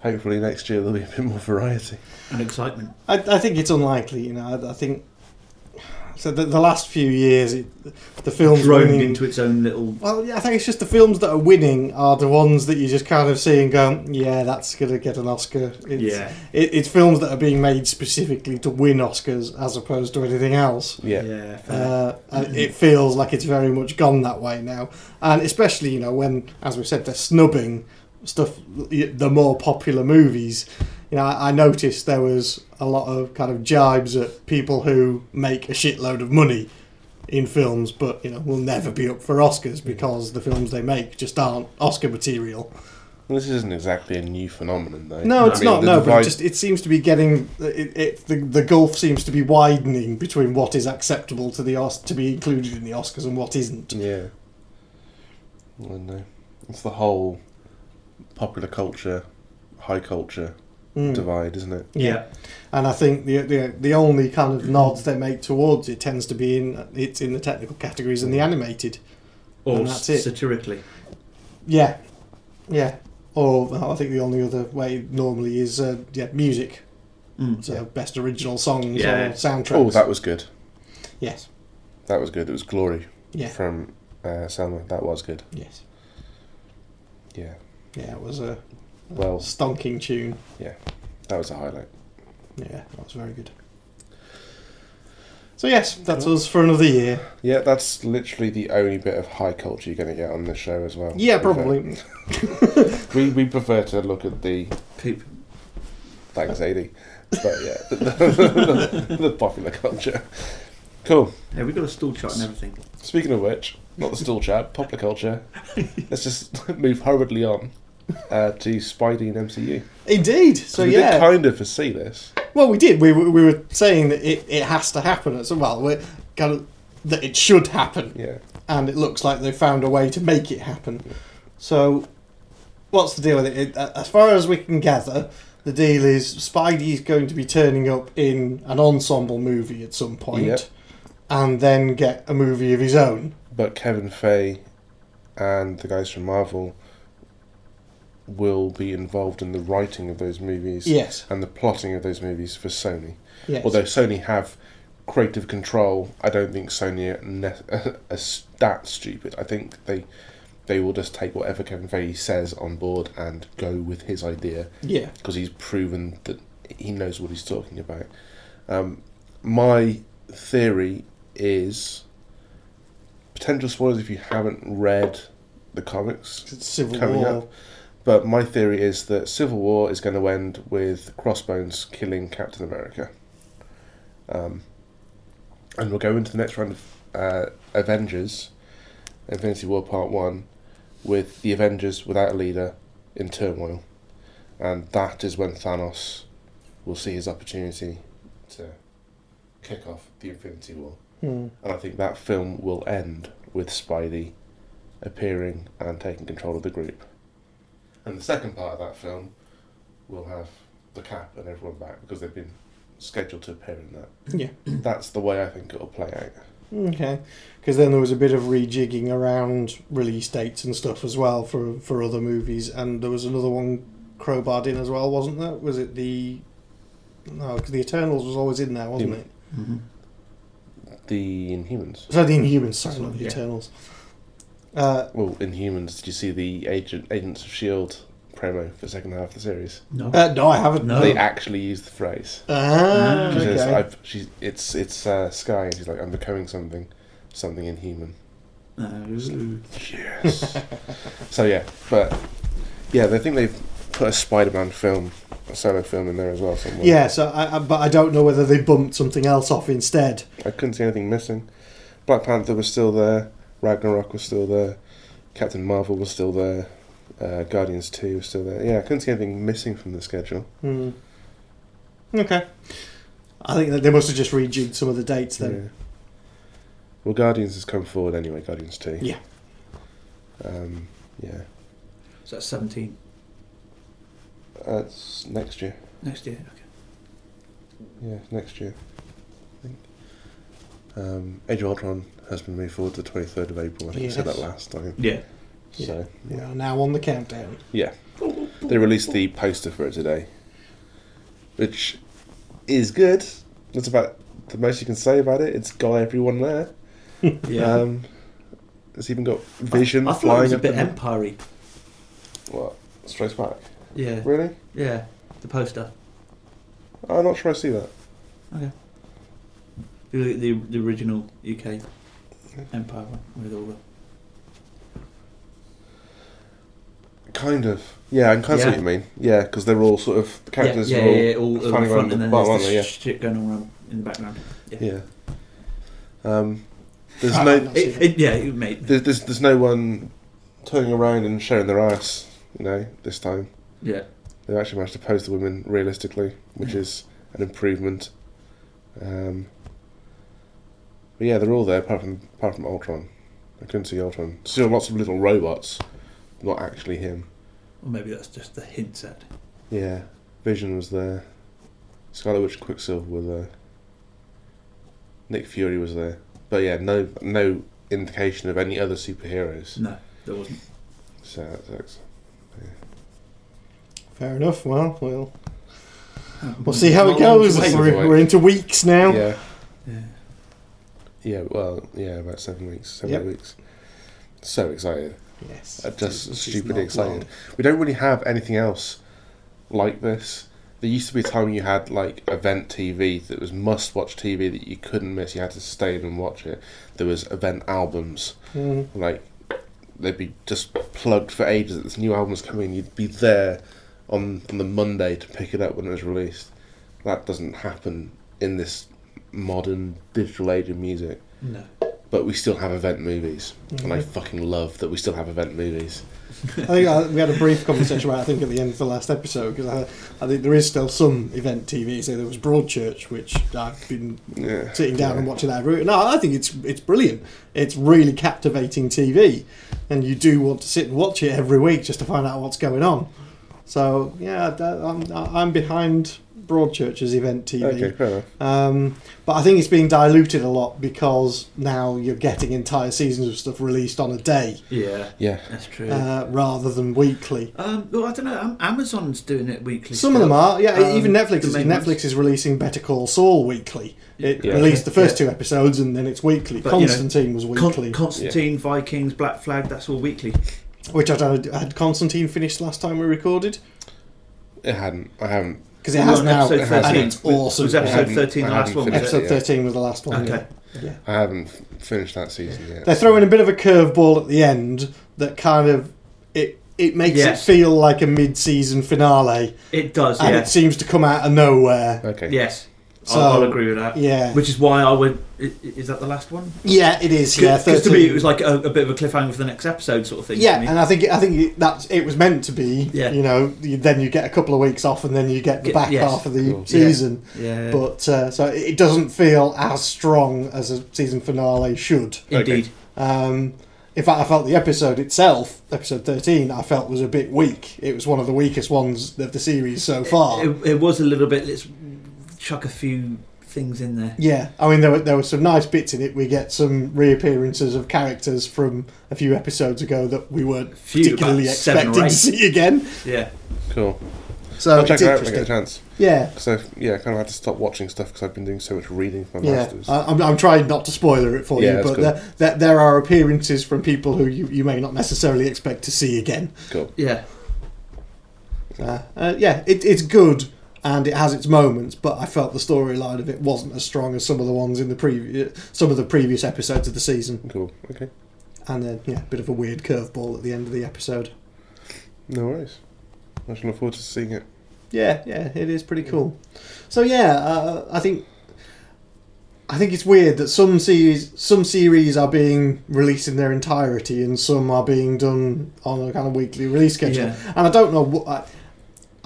[SPEAKER 1] Hopefully next year there'll be a bit more variety.
[SPEAKER 3] And excitement.
[SPEAKER 2] I, I think it's unlikely. You know, I, I think So the, the last few years, it, the films
[SPEAKER 3] Droned
[SPEAKER 2] winning.
[SPEAKER 3] into its own little.
[SPEAKER 2] well, yeah, I think it's just the films that are winning are the ones that you just kind of see and go, yeah, that's going to get an Oscar. It's,
[SPEAKER 3] Yeah.
[SPEAKER 2] it, it's films that are being made specifically to win Oscars as opposed to anything else.
[SPEAKER 1] Yeah.
[SPEAKER 3] fair.
[SPEAKER 2] Uh, and it feels like it's very much gone that way now, and especially you know when, as we said, they're snubbing stuff, the more popular movies. You know, I I noticed there was a lot of kind of jibes at people who make a shitload of money in films, but you know will never be up for Oscars because the films they make just aren't Oscar material.
[SPEAKER 1] Well, this isn't exactly a new phenomenon, though.
[SPEAKER 2] No,
[SPEAKER 3] I
[SPEAKER 2] it's
[SPEAKER 1] mean,
[SPEAKER 2] not.
[SPEAKER 1] the
[SPEAKER 2] No, but
[SPEAKER 1] divide-
[SPEAKER 2] it just it seems to be getting it, it. The the gulf seems to be widening between what is acceptable to the Os- to be included in the Oscars and what isn't.
[SPEAKER 1] Yeah. I don't know. It's the whole popular culture, high culture
[SPEAKER 2] Mm.
[SPEAKER 1] divide, isn't it?
[SPEAKER 3] yeah.
[SPEAKER 2] And I think the, the the only kind of nods they make towards it tends to be in it's in the technical categories and the animated.
[SPEAKER 3] Or
[SPEAKER 2] And that's it.
[SPEAKER 3] satirically.
[SPEAKER 2] Yeah, yeah. Or well, I think the only other way normally is uh, yeah music.
[SPEAKER 3] Mm.
[SPEAKER 2] So best original songs
[SPEAKER 3] Yeah.
[SPEAKER 2] or soundtracks.
[SPEAKER 1] Oh, that was good.
[SPEAKER 2] yes,
[SPEAKER 1] That was good. It was Glory
[SPEAKER 2] yeah,
[SPEAKER 1] from uh, Selma. That was good.
[SPEAKER 2] yes,
[SPEAKER 1] Yeah.
[SPEAKER 2] yeah. It was a
[SPEAKER 1] Well,
[SPEAKER 2] stonking tune.
[SPEAKER 1] that was a highlight.
[SPEAKER 2] Yeah, that was very good. So yes, that's us for another year.
[SPEAKER 1] Yeah, that's literally the only bit of high culture you're going to get on this show as well.
[SPEAKER 2] Yeah,
[SPEAKER 1] to be fair.
[SPEAKER 2] probably.
[SPEAKER 1] We, we prefer to look at the
[SPEAKER 3] Peep.
[SPEAKER 1] thanks, AD. But yeah, the, the, the popular culture. Cool.
[SPEAKER 3] Hey, we got a stool chart and everything.
[SPEAKER 1] Speaking of which, not the stool chat, popular culture. Let's just move hurriedly on uh, to Spidey and MCU.
[SPEAKER 2] Indeed. So
[SPEAKER 1] we
[SPEAKER 2] yeah.
[SPEAKER 1] did kind of foresee this.
[SPEAKER 2] Well, we did. We, were- we were saying that it, it has to happen at some well, we're kind of that it should happen,
[SPEAKER 1] Yeah.
[SPEAKER 2] and it looks like they found a way to make it happen. So, what's the deal with it? it a- as far as we can gather, the deal is Spidey's going to be turning up in an ensemble movie at some point,
[SPEAKER 1] Yep.
[SPEAKER 2] and then get a movie of his own.
[SPEAKER 1] But Kevin Feige and the guys from Marvel will be involved in the writing of those movies
[SPEAKER 2] Yes.
[SPEAKER 1] and the plotting of those movies for Sony.
[SPEAKER 2] Yes.
[SPEAKER 1] Although Sony have creative control, I don't think Sony are, ne- are s- that stupid. I think they they will just take whatever Kevin Feige says on board and go with his idea
[SPEAKER 2] yeah.
[SPEAKER 1] because he's proven that he knows what he's talking about. Um, my theory is potential spoilers if you haven't read the comics,
[SPEAKER 2] It's Civil
[SPEAKER 1] Coming
[SPEAKER 2] War.
[SPEAKER 1] up. but my theory is that Civil War is going to end with Crossbones killing Captain America. Um, and we'll go into the next round of uh, Avengers, Infinity War Part 1, with the Avengers without a leader in turmoil. And that is when Thanos will see his opportunity to kick off the Infinity War.
[SPEAKER 2] Hmm.
[SPEAKER 1] And I think that film will end with Spidey appearing and taking control of the group. And the second part of that film will have the cap and everyone back because they've been scheduled to appear in that.
[SPEAKER 2] Yeah.
[SPEAKER 1] That's the way I think it'll play out.
[SPEAKER 2] Okay, because then there was a bit of rejigging around release dates and stuff as well for for other movies, and there was another one crowbarred in as well, wasn't there? Was it the no? Because the Eternals was always in there, wasn't
[SPEAKER 1] Yeah.
[SPEAKER 2] it?
[SPEAKER 3] Mm-hmm.
[SPEAKER 1] The Inhumans.
[SPEAKER 2] So the Inhumans, sorry, not the
[SPEAKER 3] Yeah.
[SPEAKER 2] Eternals. Uh,
[SPEAKER 1] Well, Inhumans, did you see the Agent Agents of S.H.I.E.L.D. E promo for the second half of the series?
[SPEAKER 3] No.
[SPEAKER 2] uh, no, I haven't.
[SPEAKER 3] No.
[SPEAKER 1] They actually used the phrase.
[SPEAKER 2] Ah,
[SPEAKER 1] She says,
[SPEAKER 2] okay.
[SPEAKER 1] I've, she's, it's it's uh, Sky, and she's like, I'm becoming something, something inhuman.
[SPEAKER 3] No.
[SPEAKER 1] Yes. so yeah, but yeah, they think they've put a Spider-Man film, a solo film in there as well somewhere.
[SPEAKER 2] Yeah, so I, I, but I don't know whether they bumped something else off instead.
[SPEAKER 1] I couldn't see anything missing. Black Panther was still there. Ragnarok was still there. Captain Marvel was still there. Uh, Guardians Two was still there. Yeah, I couldn't see anything missing from the schedule.
[SPEAKER 2] Hmm. Okay. I think that they must have just rejigged some of the dates then.
[SPEAKER 1] Yeah. Well, Guardians has come forward anyway. Guardians Two.
[SPEAKER 2] Yeah.
[SPEAKER 1] Um, yeah.
[SPEAKER 3] So that's 17
[SPEAKER 1] That's next year.
[SPEAKER 3] next year. Okay.
[SPEAKER 1] Yeah, next year. I think. Um, Age of Ultron has been moved forward to the 23rd of April. I think we said
[SPEAKER 2] Yes.
[SPEAKER 1] that last time.
[SPEAKER 3] Yeah.
[SPEAKER 1] So,
[SPEAKER 2] We
[SPEAKER 1] yeah.
[SPEAKER 2] are now on the countdown.
[SPEAKER 1] They released the poster for it today, which is good. That's about the most you can say about it, it's got everyone there.
[SPEAKER 4] Yeah.
[SPEAKER 1] Um, it's even got Vision
[SPEAKER 4] I thought it
[SPEAKER 1] flying
[SPEAKER 4] was a
[SPEAKER 1] up
[SPEAKER 4] bit
[SPEAKER 1] in-
[SPEAKER 4] empire y.
[SPEAKER 1] What? Straight back.
[SPEAKER 4] Yeah.
[SPEAKER 1] Really?
[SPEAKER 4] Yeah. The poster.
[SPEAKER 1] I'm not sure I see that.
[SPEAKER 4] Okay. The, the, the original UK Empire one with all the.
[SPEAKER 1] Kind of. Yeah, I can kind of see what
[SPEAKER 4] Yeah.
[SPEAKER 1] you mean. Yeah, because they're all sort of the characters
[SPEAKER 4] yeah,
[SPEAKER 1] are all
[SPEAKER 4] yeah, yeah, all, all
[SPEAKER 1] fanning
[SPEAKER 4] the
[SPEAKER 1] around
[SPEAKER 4] front
[SPEAKER 1] the
[SPEAKER 4] and then
[SPEAKER 1] bottom,
[SPEAKER 4] there's
[SPEAKER 1] aren't
[SPEAKER 4] this
[SPEAKER 1] they? Yeah.
[SPEAKER 4] shit going on around in the background.
[SPEAKER 1] Yeah. Um, there's
[SPEAKER 2] I
[SPEAKER 1] no
[SPEAKER 2] don't know.
[SPEAKER 4] It, it, yeah, it made.
[SPEAKER 1] there's, there's there's no one turning around and showing their ass. You know, this time
[SPEAKER 4] Yeah.
[SPEAKER 1] they actually managed to pose the women realistically, which is an improvement. Um, but yeah, they're all there apart from apart from Ultron. I couldn't see Ultron. Still lots of little robots, not actually him.
[SPEAKER 4] Or maybe that's just the hint at.
[SPEAKER 1] Yeah, Vision was there. Scarlet Witch, and Quicksilver were there. Nick Fury was there, but yeah, no, no indication of any other superheroes.
[SPEAKER 4] No, there wasn't.
[SPEAKER 1] So that sucks.
[SPEAKER 2] Fair enough. Well, we'll
[SPEAKER 4] Oh,
[SPEAKER 2] we'll see how it
[SPEAKER 4] not long to
[SPEAKER 2] goes.
[SPEAKER 4] wait.
[SPEAKER 2] We're, we're into weeks now.
[SPEAKER 1] Yeah,
[SPEAKER 4] Yeah.
[SPEAKER 1] yeah. Well, yeah, about seven weeks, seven
[SPEAKER 2] Yep.
[SPEAKER 1] eight weeks. So excited,
[SPEAKER 2] Yes.
[SPEAKER 1] Uh, just
[SPEAKER 2] This is
[SPEAKER 1] stupidly
[SPEAKER 2] not long.
[SPEAKER 1] excited. We don't really have anything else like this. There used to be a time when you had like event TV that was must-watch TV that you couldn't miss. You had to stay in and watch it. There was event albums.
[SPEAKER 2] Mm.
[SPEAKER 1] like they'd be just plugged for ages. This new album was coming, you'd be there on on the Monday to pick it up when it was released. That doesn't happen in this modern digital age of music.
[SPEAKER 4] No.
[SPEAKER 1] But we still have event movies, and I
[SPEAKER 2] Mhm.
[SPEAKER 1] fucking love that we still have event movies.
[SPEAKER 2] I think I, we had a brief conversation about. it, I think at the end of the last episode because I, I think there is still some event TV. So there was Broadchurch, which I've been
[SPEAKER 1] Yeah,
[SPEAKER 2] sitting down
[SPEAKER 1] yeah.
[SPEAKER 2] and watching that every week. No, I think it's it's brilliant. It's really captivating TV, and you do want to sit and watch it every week just to find out what's going on. So yeah, that, I'm I'm behind Broadchurch's event TV,
[SPEAKER 1] Okay, fair enough.
[SPEAKER 2] um, but I think it's being diluted a lot because now you're getting entire seasons of stuff released on a day
[SPEAKER 4] Yeah,
[SPEAKER 1] Yeah,
[SPEAKER 4] that's true.
[SPEAKER 2] uh, rather than weekly.
[SPEAKER 4] um, well, I don't know. Um, Amazon's doing it weekly.
[SPEAKER 2] Some of
[SPEAKER 4] still.
[SPEAKER 2] them are, yeah.
[SPEAKER 4] Um,
[SPEAKER 2] even Netflix
[SPEAKER 4] the
[SPEAKER 2] is
[SPEAKER 4] main
[SPEAKER 2] Netflix is releasing Better Call Saul weekly. It
[SPEAKER 1] Yeah.
[SPEAKER 2] released the first
[SPEAKER 4] Yeah.
[SPEAKER 2] two episodes and then it's weekly.
[SPEAKER 4] But, you know,
[SPEAKER 2] Constantine was
[SPEAKER 4] Con-
[SPEAKER 2] weekly,
[SPEAKER 4] Constantine, Vikings, Black Flag. That's all weekly.
[SPEAKER 2] which I don't, had Constantine finished last time we recorded
[SPEAKER 1] it hadn't. I haven't.
[SPEAKER 2] because it
[SPEAKER 4] We
[SPEAKER 2] has
[SPEAKER 4] were on
[SPEAKER 2] now,
[SPEAKER 4] episode
[SPEAKER 2] and
[SPEAKER 4] 13.
[SPEAKER 2] it's awesome.
[SPEAKER 4] was episode
[SPEAKER 1] hadn't-
[SPEAKER 4] thirteen
[SPEAKER 1] I
[SPEAKER 4] the last
[SPEAKER 1] hadn't
[SPEAKER 4] one? Was
[SPEAKER 1] finished
[SPEAKER 4] it?
[SPEAKER 2] Episode
[SPEAKER 1] yeah.
[SPEAKER 2] thirteen was the last one.
[SPEAKER 4] Okay.
[SPEAKER 2] yeah. yeah.
[SPEAKER 1] I haven't f- finished that season yet.
[SPEAKER 2] They're throwing a bit of a curveball at the end that kind of it it makes
[SPEAKER 4] Yes.
[SPEAKER 2] it feel like a mid-season finale,
[SPEAKER 4] It does.
[SPEAKER 2] and it
[SPEAKER 4] Yes.
[SPEAKER 2] seems to come out of nowhere.
[SPEAKER 1] Okay.
[SPEAKER 4] Yes.
[SPEAKER 2] So-
[SPEAKER 4] I'll, I'll agree with that.
[SPEAKER 2] Yeah,
[SPEAKER 4] Which is why I would. i- i- Is that the last one?
[SPEAKER 2] yeah, it is. Yeah,
[SPEAKER 4] Because to me it
[SPEAKER 2] 13.
[SPEAKER 4] was like a, a bit of a cliffhanger for the next episode, sort of thing.
[SPEAKER 2] Yeah,
[SPEAKER 4] to me.
[SPEAKER 2] and I think I think it- that's it was meant to be.
[SPEAKER 4] Yeah.
[SPEAKER 2] You know, you, then you get a couple of weeks off, and then you get the
[SPEAKER 4] Get-
[SPEAKER 2] back
[SPEAKER 4] yes.
[SPEAKER 2] half of the
[SPEAKER 1] Cool.
[SPEAKER 2] season.
[SPEAKER 4] yeah.
[SPEAKER 2] But uh, so it it doesn't feel as strong as a season finale should.
[SPEAKER 4] indeed.
[SPEAKER 2] Um, in fact, I felt the episode itself, episode thirteen, I felt was a bit weak. It was one of the weakest ones of the series so far.
[SPEAKER 4] It, it was a little bit. Let's chuck a few things in there.
[SPEAKER 2] yeah, I mean there were there were some nice bits in it. We get some reappearances of characters from a few episodes ago that we weren't
[SPEAKER 4] Few, about
[SPEAKER 2] particularly
[SPEAKER 4] seven or
[SPEAKER 2] expecting to
[SPEAKER 4] eight.
[SPEAKER 2] see again.
[SPEAKER 4] Yeah.
[SPEAKER 1] Cool.
[SPEAKER 2] So
[SPEAKER 1] I'll check
[SPEAKER 2] it's
[SPEAKER 1] it out when I
[SPEAKER 2] interesting.
[SPEAKER 1] get a chance.
[SPEAKER 2] Yeah,
[SPEAKER 1] Because I yeah, I kind of had to stop watching stuff because I've been doing so much reading for my
[SPEAKER 2] yeah.
[SPEAKER 1] masters.
[SPEAKER 2] I, I'm, I'm trying not to spoiler it for
[SPEAKER 1] Yeah,
[SPEAKER 2] you,
[SPEAKER 1] that's
[SPEAKER 2] but
[SPEAKER 1] cool.
[SPEAKER 2] there, there, there are appearances from people who you, you may not necessarily expect to see again.
[SPEAKER 1] Cool.
[SPEAKER 4] Yeah.
[SPEAKER 2] Uh, uh, yeah, it, it's good and it has its moments, but I felt the storyline of it wasn't as strong as some of the ones in the previous, some of the previous episodes of the season.
[SPEAKER 1] Cool. Okay.
[SPEAKER 2] And then, yeah, a bit of a weird curveball at the end of the episode.
[SPEAKER 1] No worries. I shall look forward to seeing it.
[SPEAKER 2] Yeah, yeah, it is pretty cool. So yeah, uh, I think I think it's weird that some series some series are being released in their entirety and some are being done on a kind of weekly release schedule.
[SPEAKER 4] Yeah.
[SPEAKER 2] And I don't know what I,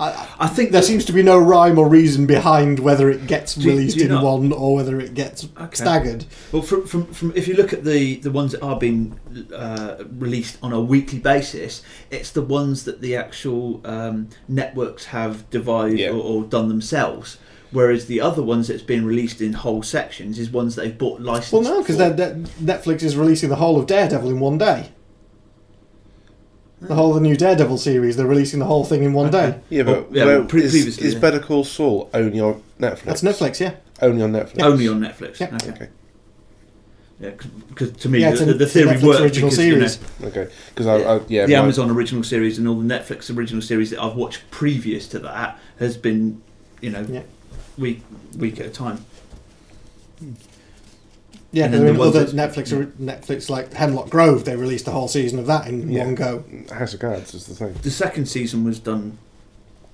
[SPEAKER 2] I,
[SPEAKER 4] I think
[SPEAKER 2] there seems to be no rhyme or reason behind whether it gets
[SPEAKER 4] Do you-
[SPEAKER 2] released
[SPEAKER 4] do you
[SPEAKER 2] in
[SPEAKER 4] not-
[SPEAKER 2] one or whether it gets
[SPEAKER 4] Okay.
[SPEAKER 2] staggered.
[SPEAKER 4] Well, from, from, from if you look at the, the ones that are being uh, released on a weekly basis, it's the ones that the actual um, networks have devised
[SPEAKER 1] Yeah.
[SPEAKER 4] or, or done themselves. Whereas the other ones that's been released in whole sections is ones they've bought licensed.
[SPEAKER 2] Well, no, because
[SPEAKER 4] for.
[SPEAKER 2] Netflix is releasing the whole of Daredevil in one day. The whole of the new Daredevil series, they're releasing the whole thing in one
[SPEAKER 4] Okay.
[SPEAKER 2] day.
[SPEAKER 1] Yeah,
[SPEAKER 4] Well,
[SPEAKER 1] but
[SPEAKER 4] Oh, yeah,
[SPEAKER 1] where-
[SPEAKER 4] well, pre-
[SPEAKER 1] is,
[SPEAKER 4] previously,
[SPEAKER 1] is
[SPEAKER 4] yeah.
[SPEAKER 1] Better Call Saul only on Netflix?
[SPEAKER 2] That's Netflix, yeah.
[SPEAKER 1] Only on Netflix.
[SPEAKER 4] Only on Netflix.
[SPEAKER 2] Yep.
[SPEAKER 4] Okay.
[SPEAKER 1] Okay.
[SPEAKER 4] Yeah, because to me
[SPEAKER 2] Yeah, it's
[SPEAKER 4] the,
[SPEAKER 2] a-
[SPEAKER 4] the, the theory
[SPEAKER 2] it's a Netflix
[SPEAKER 4] works
[SPEAKER 2] original
[SPEAKER 4] because, you know,
[SPEAKER 2] series.
[SPEAKER 1] Okay, because I, I yeah
[SPEAKER 4] the
[SPEAKER 1] my-
[SPEAKER 4] Amazon original series and all the Netflix original series that I've watched previous to that has been, you know,
[SPEAKER 2] Yeah.
[SPEAKER 4] week week at a time.
[SPEAKER 2] Yeah,
[SPEAKER 4] And
[SPEAKER 2] there
[SPEAKER 4] then
[SPEAKER 2] were
[SPEAKER 4] the ones
[SPEAKER 2] other
[SPEAKER 4] that's-
[SPEAKER 2] Netflix, Netflix like Hemlock Grove, they released a whole season of that in
[SPEAKER 1] Yeah.
[SPEAKER 2] one go.
[SPEAKER 1] House of Cards is the thing.
[SPEAKER 4] The second season was done.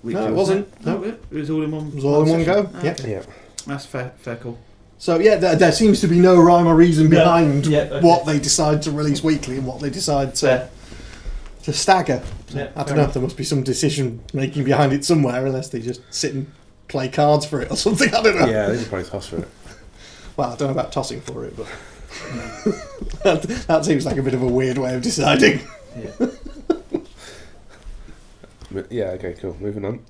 [SPEAKER 4] Weekly,
[SPEAKER 2] No, it
[SPEAKER 4] wasn't
[SPEAKER 2] wasn't. No.
[SPEAKER 4] Oh, it was all in one.
[SPEAKER 2] It was all in one
[SPEAKER 4] session.
[SPEAKER 2] go.
[SPEAKER 4] Ah,
[SPEAKER 2] Yeah.
[SPEAKER 4] okay.
[SPEAKER 1] Yeah,
[SPEAKER 4] that's fair. Fair call.
[SPEAKER 2] So yeah, there, there seems to be no rhyme or reason
[SPEAKER 4] No.
[SPEAKER 2] behind
[SPEAKER 4] Yeah, okay.
[SPEAKER 2] what they decide to release weekly and what they decide to
[SPEAKER 4] Fair.
[SPEAKER 2] to stagger.
[SPEAKER 4] Yeah,
[SPEAKER 2] I
[SPEAKER 4] fair
[SPEAKER 2] don't know.
[SPEAKER 4] enough.
[SPEAKER 2] There must be some decision making behind it somewhere, unless they just sit and play cards for it or something. I don't know.
[SPEAKER 1] yeah, they should probably toss for it.
[SPEAKER 2] Well, I don't know about tossing for it, but that, that seems like a bit of a weird way of deciding.
[SPEAKER 4] Yeah.
[SPEAKER 1] But, yeah, okay, cool. Moving on.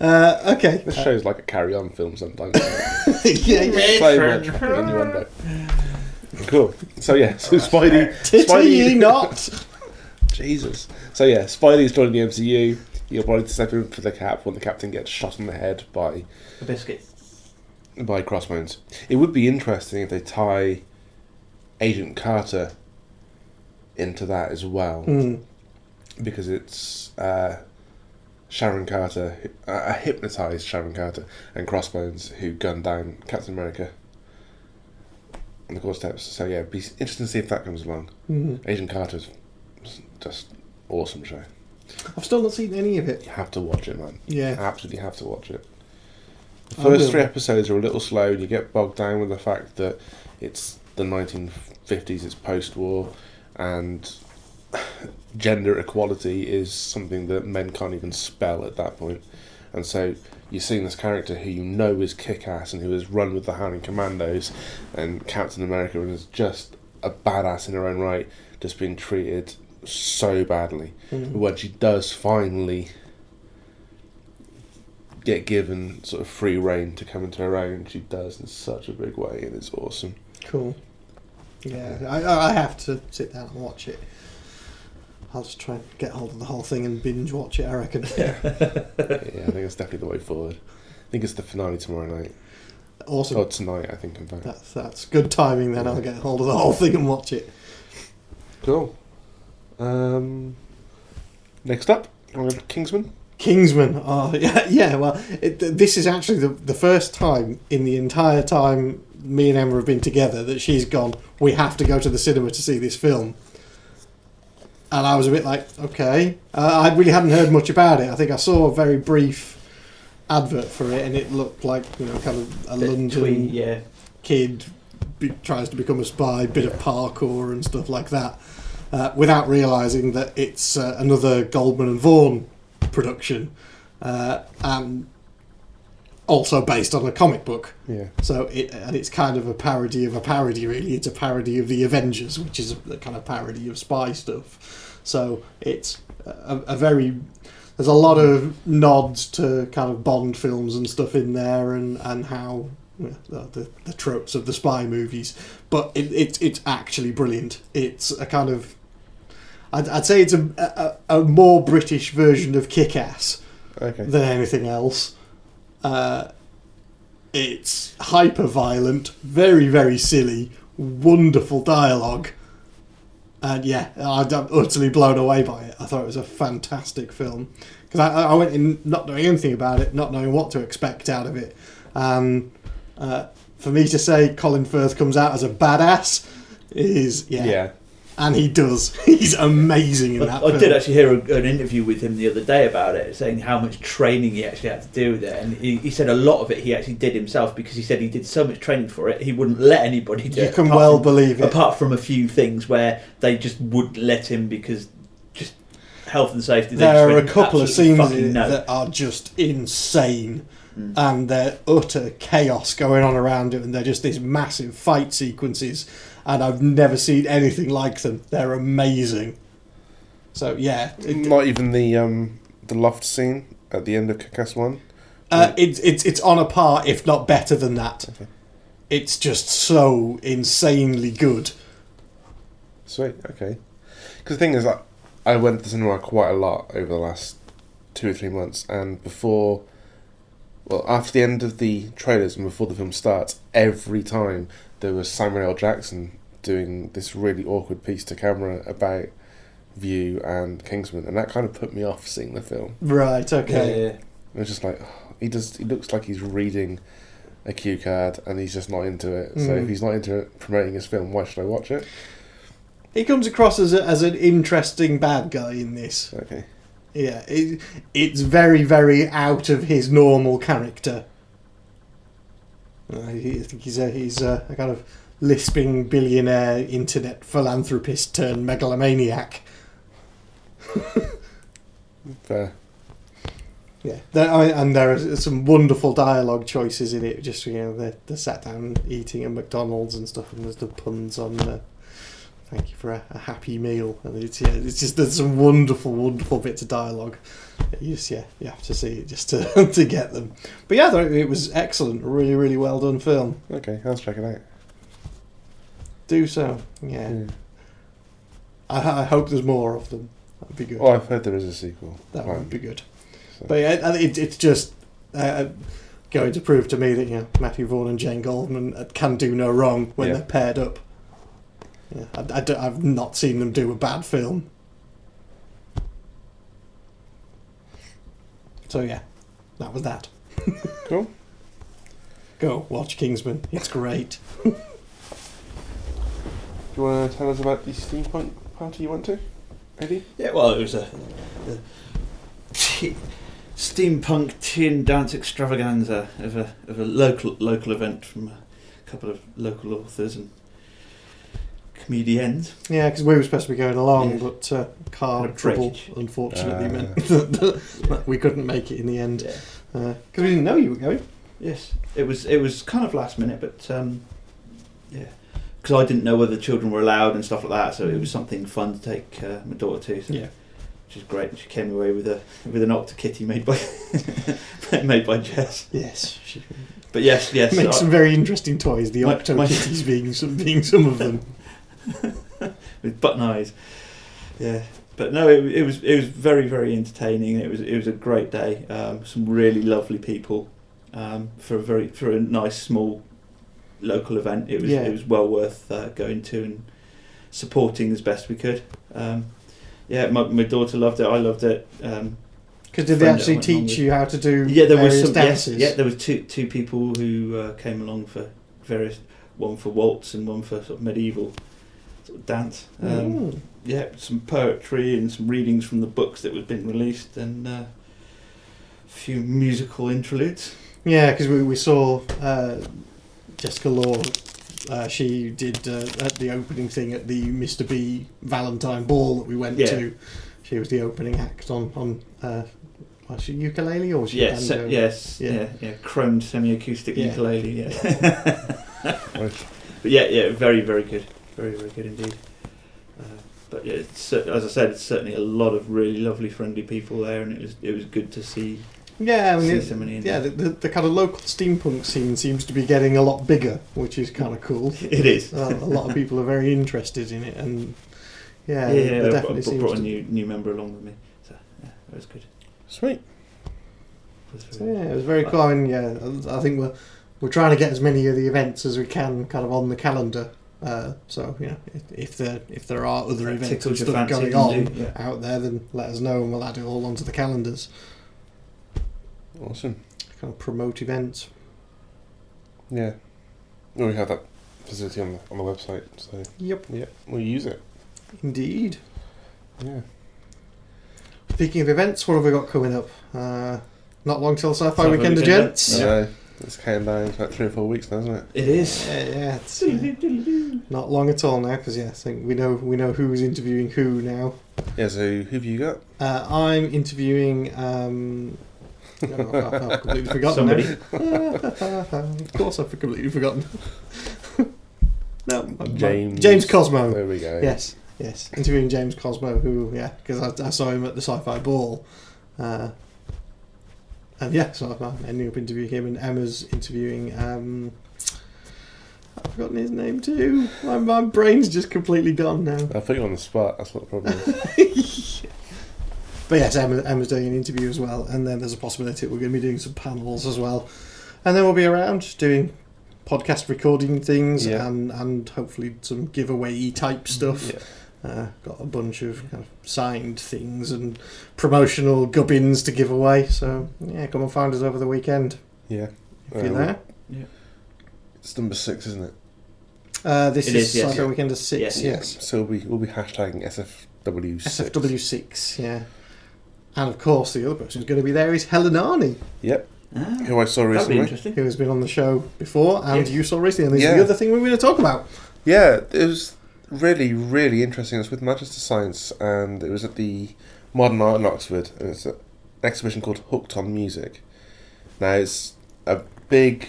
[SPEAKER 2] Uh, okay.
[SPEAKER 1] This show's like a carry-on film sometimes.
[SPEAKER 2] yeah, yeah.
[SPEAKER 1] so much fucking innuendo. Cool. So yeah,
[SPEAKER 4] Oh,
[SPEAKER 1] so Spidey.
[SPEAKER 2] Titty ye
[SPEAKER 1] Spidey,
[SPEAKER 2] not.
[SPEAKER 1] Jesus. So yeah, Spidey's joining the MCU. You'll probably step in for the cap when the captain gets shot in the head by
[SPEAKER 4] A biscuit.
[SPEAKER 1] by Crossbones. It would be interesting if they tie Agent Carter into that as well,
[SPEAKER 2] Hmm.
[SPEAKER 1] because it's uh, Sharon Carter, a uh, hypnotized Sharon Carter, and Crossbones who gunned down Captain America on the core steps. So yeah, it'd be interesting to see if that comes along.
[SPEAKER 2] Hmm.
[SPEAKER 1] Agent Carter's just awesome show.
[SPEAKER 2] I've still not seen any of it.
[SPEAKER 1] You have to watch it, man.
[SPEAKER 2] Yeah.
[SPEAKER 1] absolutely have to watch it. The
[SPEAKER 2] I
[SPEAKER 1] first
[SPEAKER 2] will.
[SPEAKER 1] three episodes are a little slow, and you get bogged down with the fact that it's the 1950s, it's post war, and gender equality is something that men can't even spell at that point. And so you're seeing this character who you know is kick ass and who has run with the Howling Commandos and Captain America and is just a badass in her own right, just being treated so badly
[SPEAKER 2] Hmm.
[SPEAKER 1] when she does finally get given sort of free reign to come into her own, she does in such a big way, and it's awesome.
[SPEAKER 2] Cool. Yeah, I- I, I have to sit down and watch it. I'll just try and get hold of the whole thing and binge watch it. I reckon.
[SPEAKER 1] yeah, I think that's definitely the way forward. I think it's the finale tomorrow night.
[SPEAKER 2] awesome.
[SPEAKER 1] Or tonight, I think, in fact.
[SPEAKER 2] That's that's good timing. Then I'll get hold of the whole thing and watch it.
[SPEAKER 1] Cool. Um, next up, we have Kingsman.
[SPEAKER 2] Kingsman. Oh yeah, yeah. Well, it, th- this is actually the the first time in the entire time me and Emma have been together that she's gone. We have to go to the cinema to see this film. And I was a bit like, okay. Uh, I really hadn't heard much about it. I think I saw a very brief advert for it, and it looked like you know, kind of a
[SPEAKER 4] Bit
[SPEAKER 2] London
[SPEAKER 4] twee, yeah.
[SPEAKER 2] kid be, tries to become a spy, bit of parkour and stuff like that, uh, without realizing that it's uh, another Goldman and Vaughan production, uh, and also based on a comic book.
[SPEAKER 1] Yeah.
[SPEAKER 2] So it, and it's kind of a parody of a parody, really. It's a parody of the Avengers, which is a, a kind of parody of spy stuff. So it's a, a very there's a lot of nods to kind of Bond films and stuff in there, and and how you know, the the tropes of the spy movies. But it, it it's actually brilliant. It's a kind of I'd, I'd say it's a, a, a more British version of Kick Ass
[SPEAKER 1] Okay.
[SPEAKER 2] than anything else. Uh, it's hyper violent, very, very silly, wonderful dialogue. And yeah, I- I'm utterly blown away by it. I thought it was a fantastic film. Because I, I went in not knowing anything about it, not knowing what to expect out of it. And uh, for me to say Colin Firth comes out as a badass is, yeah.
[SPEAKER 1] yeah.
[SPEAKER 2] And he does. He's amazing in
[SPEAKER 4] I,
[SPEAKER 2] that
[SPEAKER 4] I
[SPEAKER 2] film.
[SPEAKER 4] did actually hear a, an interview with him the other day about it, saying how much training he actually had to do with it, and he, he said a lot of it he actually did himself because he said he did so much training for it he wouldn't let anybody do
[SPEAKER 2] you
[SPEAKER 4] it.
[SPEAKER 2] can
[SPEAKER 4] apart
[SPEAKER 2] well
[SPEAKER 4] from-
[SPEAKER 2] believe it.
[SPEAKER 4] apart from a few things where they just wouldn't let him because just health and safety. they
[SPEAKER 2] there
[SPEAKER 4] just
[SPEAKER 2] are a
[SPEAKER 4] went,
[SPEAKER 2] couple of
[SPEAKER 4] "Absolutely
[SPEAKER 2] scenes
[SPEAKER 4] fucking
[SPEAKER 2] in it
[SPEAKER 4] no.
[SPEAKER 2] that are just insane
[SPEAKER 4] Mm.
[SPEAKER 2] and they're utter chaos going on around it and they're just these massive fight sequences and i've never seen anything like them they're amazing so yeah it,
[SPEAKER 1] Not even the um, the loft scene at the end of Kick-Ass 1.
[SPEAKER 2] uh, it's it's it's on a par if not better than that
[SPEAKER 1] Okay.
[SPEAKER 2] it's just so insanely good
[SPEAKER 1] Sweet, okay. Because the thing is, like, I went to the cinema quite a lot over the last two or three months, and before well, after the end of the trailers and before the film starts, every time there was Samuel L. Jackson doing this really awkward piece to camera about View and Kingsman, and that kind of put me off seeing the film.
[SPEAKER 2] Right. Okay.
[SPEAKER 1] It was just like he does. He looks like he's reading a cue card, and he's just not into it. So
[SPEAKER 2] Mm.
[SPEAKER 1] if he's not into it, promoting his film, why should I watch it?
[SPEAKER 2] He comes across as a, as an interesting bad guy in this.
[SPEAKER 1] Okay.
[SPEAKER 2] Yeah. It, it's very very out of his normal character. Uh, he, I think he's a he's a, a kind of lisping billionaire internet philanthropist turned megalomaniac.
[SPEAKER 1] Fair.
[SPEAKER 2] Yeah, there, I, and there are some wonderful dialogue choices in it. Just you know, the the sat down eating at McDonald's and stuff, and there's the puns on the "Thank you for a, a happy meal," and it's yeah, it's just there's some wonderful, wonderful bits of dialogue. You just yeah, you have to see it just to to get them. But yeah, though, it was excellent, really, really well done film.
[SPEAKER 1] Okay, I'll check it out.
[SPEAKER 2] Do so. Yeah,
[SPEAKER 1] Yeah.
[SPEAKER 2] I, I hope there's more of them. That'd be good.
[SPEAKER 1] Oh, I've heard there is a sequel.
[SPEAKER 2] That
[SPEAKER 1] Um,
[SPEAKER 2] would be good.
[SPEAKER 1] so-
[SPEAKER 2] But yeah, and it, it's just uh, going to prove to me that you know Matthew Vaughan and Jane Goldman uh, can do no wrong when
[SPEAKER 1] Yeah.
[SPEAKER 2] they're paired up. Yeah, I, I don't- I've not seen them do a bad film. So yeah, that was that.
[SPEAKER 1] Cool.
[SPEAKER 2] Go watch Kingsman. It's great.
[SPEAKER 1] Do you want to tell us about the steampunk party you went to, Eddie?
[SPEAKER 4] Yeah, well, it was a, a t- steampunk tin dance extravaganza of a of a local local event from a couple of local authors and comedians.
[SPEAKER 2] Yeah, because we were supposed to be going along,
[SPEAKER 4] Yeah.
[SPEAKER 2] but uh, car
[SPEAKER 4] Had a
[SPEAKER 2] trouble
[SPEAKER 4] breakage.
[SPEAKER 2] unfortunately
[SPEAKER 1] Ah.
[SPEAKER 2] meant that, that we couldn't make it in the end
[SPEAKER 4] Yeah.
[SPEAKER 2] because we didn't know you were going.
[SPEAKER 4] Yes, it was it was kind of last minute, but um, yeah, because I didn't know whether children were allowed and stuff like that, so it was something fun to take uh, my daughter to. So
[SPEAKER 2] Mm. Yeah.
[SPEAKER 4] which is great. And she came away with a with an octa kitty made by made by Jess.
[SPEAKER 2] Yes, she
[SPEAKER 4] But yes, yes, uh,
[SPEAKER 2] makes
[SPEAKER 4] I-
[SPEAKER 2] some very interesting toys. The
[SPEAKER 4] My-
[SPEAKER 2] Octo
[SPEAKER 4] my-
[SPEAKER 2] Kitties being some being some of them.
[SPEAKER 4] with button eyes. Yeah, but no, it, it was it was very very entertaining. It was it was a great day. Um, some really lovely people um, for a very for a nice small local event. It was
[SPEAKER 2] Yeah.
[SPEAKER 4] it was well worth uh, going to and supporting as best we could. Um, yeah, my, my daughter loved it. I loved it. Um,
[SPEAKER 2] Because did they
[SPEAKER 4] Friend
[SPEAKER 2] actually
[SPEAKER 4] that went along
[SPEAKER 2] teach
[SPEAKER 4] with-
[SPEAKER 2] you how to do
[SPEAKER 4] yeah, there was
[SPEAKER 2] various
[SPEAKER 4] some yes,
[SPEAKER 2] dances?
[SPEAKER 4] yeah, there was two two people who uh, came along for various one for waltz and one for sort of medieval sort of dance. Um,
[SPEAKER 2] Mm.
[SPEAKER 4] yeah, some poetry and some readings from the books that was been released, and uh, a few musical interludes.
[SPEAKER 2] Yeah, because we, we saw uh, Jessica Law. Uh, she did uh, at the opening thing at the Mr. B Valentine Ball that we went
[SPEAKER 4] Yeah.
[SPEAKER 2] to. She was the opening act on on uh, was she ukulele or was she
[SPEAKER 4] Yes,
[SPEAKER 2] banjo?
[SPEAKER 4] yes,
[SPEAKER 2] Yeah.
[SPEAKER 4] yeah, yeah, chromed semi-acoustic
[SPEAKER 2] Yeah.
[SPEAKER 4] ukulele. Yeah, but yeah, yeah, very, very good, very, very good indeed. Uh, but yeah, it's, cer- as I said, it's certainly a lot of really lovely, friendly people there, and it was it was good to see
[SPEAKER 2] Yeah, I mean,
[SPEAKER 4] see
[SPEAKER 2] it-
[SPEAKER 4] so many. in
[SPEAKER 2] yeah.
[SPEAKER 4] there.
[SPEAKER 2] The, the, the kind of local steampunk scene seems to be getting a lot bigger, which is kind of cool.
[SPEAKER 4] it is.
[SPEAKER 2] Uh, a lot of people are very interested in it, and yeah,
[SPEAKER 4] yeah, yeah,
[SPEAKER 2] there
[SPEAKER 4] I
[SPEAKER 2] definitely
[SPEAKER 4] brought,
[SPEAKER 2] seems
[SPEAKER 4] brought
[SPEAKER 2] to-
[SPEAKER 4] a new new member along with me, so yeah, that was good.
[SPEAKER 1] Sweet.
[SPEAKER 4] It was
[SPEAKER 2] So
[SPEAKER 4] very-
[SPEAKER 2] yeah, it was very cool. And yeah, I think we're we're trying to get as many of the events as we can, kind of on the calendar. Uh, so you know, if, if there if there are other
[SPEAKER 4] That
[SPEAKER 2] events and
[SPEAKER 4] tickled your
[SPEAKER 2] stuff
[SPEAKER 4] fancy,
[SPEAKER 2] going on
[SPEAKER 4] didn't it? Yeah.
[SPEAKER 2] out there, then let us know, and we'll add it all onto the calendars.
[SPEAKER 1] Awesome.
[SPEAKER 2] Kind of promote events.
[SPEAKER 1] Yeah. Well, we have that facility on the, on the website, so
[SPEAKER 2] Yep,
[SPEAKER 1] yeah, we'll use it.
[SPEAKER 2] indeed.
[SPEAKER 1] Yeah.
[SPEAKER 2] Speaking of events, what have we got coming up? Uh, not long till Sci-Fi
[SPEAKER 4] Sci-Fi
[SPEAKER 2] Weekend,
[SPEAKER 4] Weekend,
[SPEAKER 2] gents.
[SPEAKER 1] Yeah. it's counting down it's about three or four weeks now, isn't it?
[SPEAKER 4] It is.
[SPEAKER 2] Yeah, yeah, it's, uh, not long at all now because yeah, I think we know we know who's interviewing who now.
[SPEAKER 1] Yeah. So who've you got?
[SPEAKER 2] Uh, I'm interviewing. Um, oh, I've I've completely forgotten.
[SPEAKER 4] Somebody.
[SPEAKER 2] now. of course, I've completely forgotten. no, I'm-
[SPEAKER 1] James.
[SPEAKER 2] James Cosmo.
[SPEAKER 1] There we go.
[SPEAKER 2] Yes, yes. Interviewing James Cosmo, who yeah, because I, I saw him at the Sci-Fi Ball, uh, and yeah, so I'm ending up interviewing him, and Emma's interviewing. Um, I've forgotten his name too. My, my brain's just completely gone now.
[SPEAKER 1] I put you on the spot. That's what the problem is.
[SPEAKER 2] But yes, Emma, Emma's doing an interview as well, and then there's a possibility we're going to be doing some panels as well, and then we'll be around doing podcast recording things
[SPEAKER 1] Yeah.
[SPEAKER 2] and and hopefully some giveaway type stuff.
[SPEAKER 1] Yeah.
[SPEAKER 2] Uh, got a bunch of kind of signed things and promotional gubbins to give away. So yeah, come and find us over the weekend
[SPEAKER 1] Yeah.
[SPEAKER 2] if you're
[SPEAKER 1] Um,
[SPEAKER 2] there.
[SPEAKER 1] It's number six, isn't it?
[SPEAKER 2] Uh, this
[SPEAKER 4] It
[SPEAKER 2] is,
[SPEAKER 4] is, yes.
[SPEAKER 2] Cyber Weekend of Six.
[SPEAKER 4] Yes.
[SPEAKER 2] yes.
[SPEAKER 1] So we we'll be hashtagging SFW six.
[SPEAKER 2] SFW6, yeah. And of course, the other person who's going to be there is Helen Arney,
[SPEAKER 1] Yep.
[SPEAKER 4] Ah,
[SPEAKER 1] Who I saw
[SPEAKER 4] that'd be
[SPEAKER 1] recently.
[SPEAKER 4] interesting.
[SPEAKER 2] who has been on the show before and
[SPEAKER 4] Yes.
[SPEAKER 2] you saw recently. And this is
[SPEAKER 1] Yeah.
[SPEAKER 2] the other thing we're going to talk about.
[SPEAKER 1] Yeah, it was really really interesting. It was with Manchester Science, and it was at the Modern Art in Oxford, and it's an exhibition called Hooked on Music. Now it's a big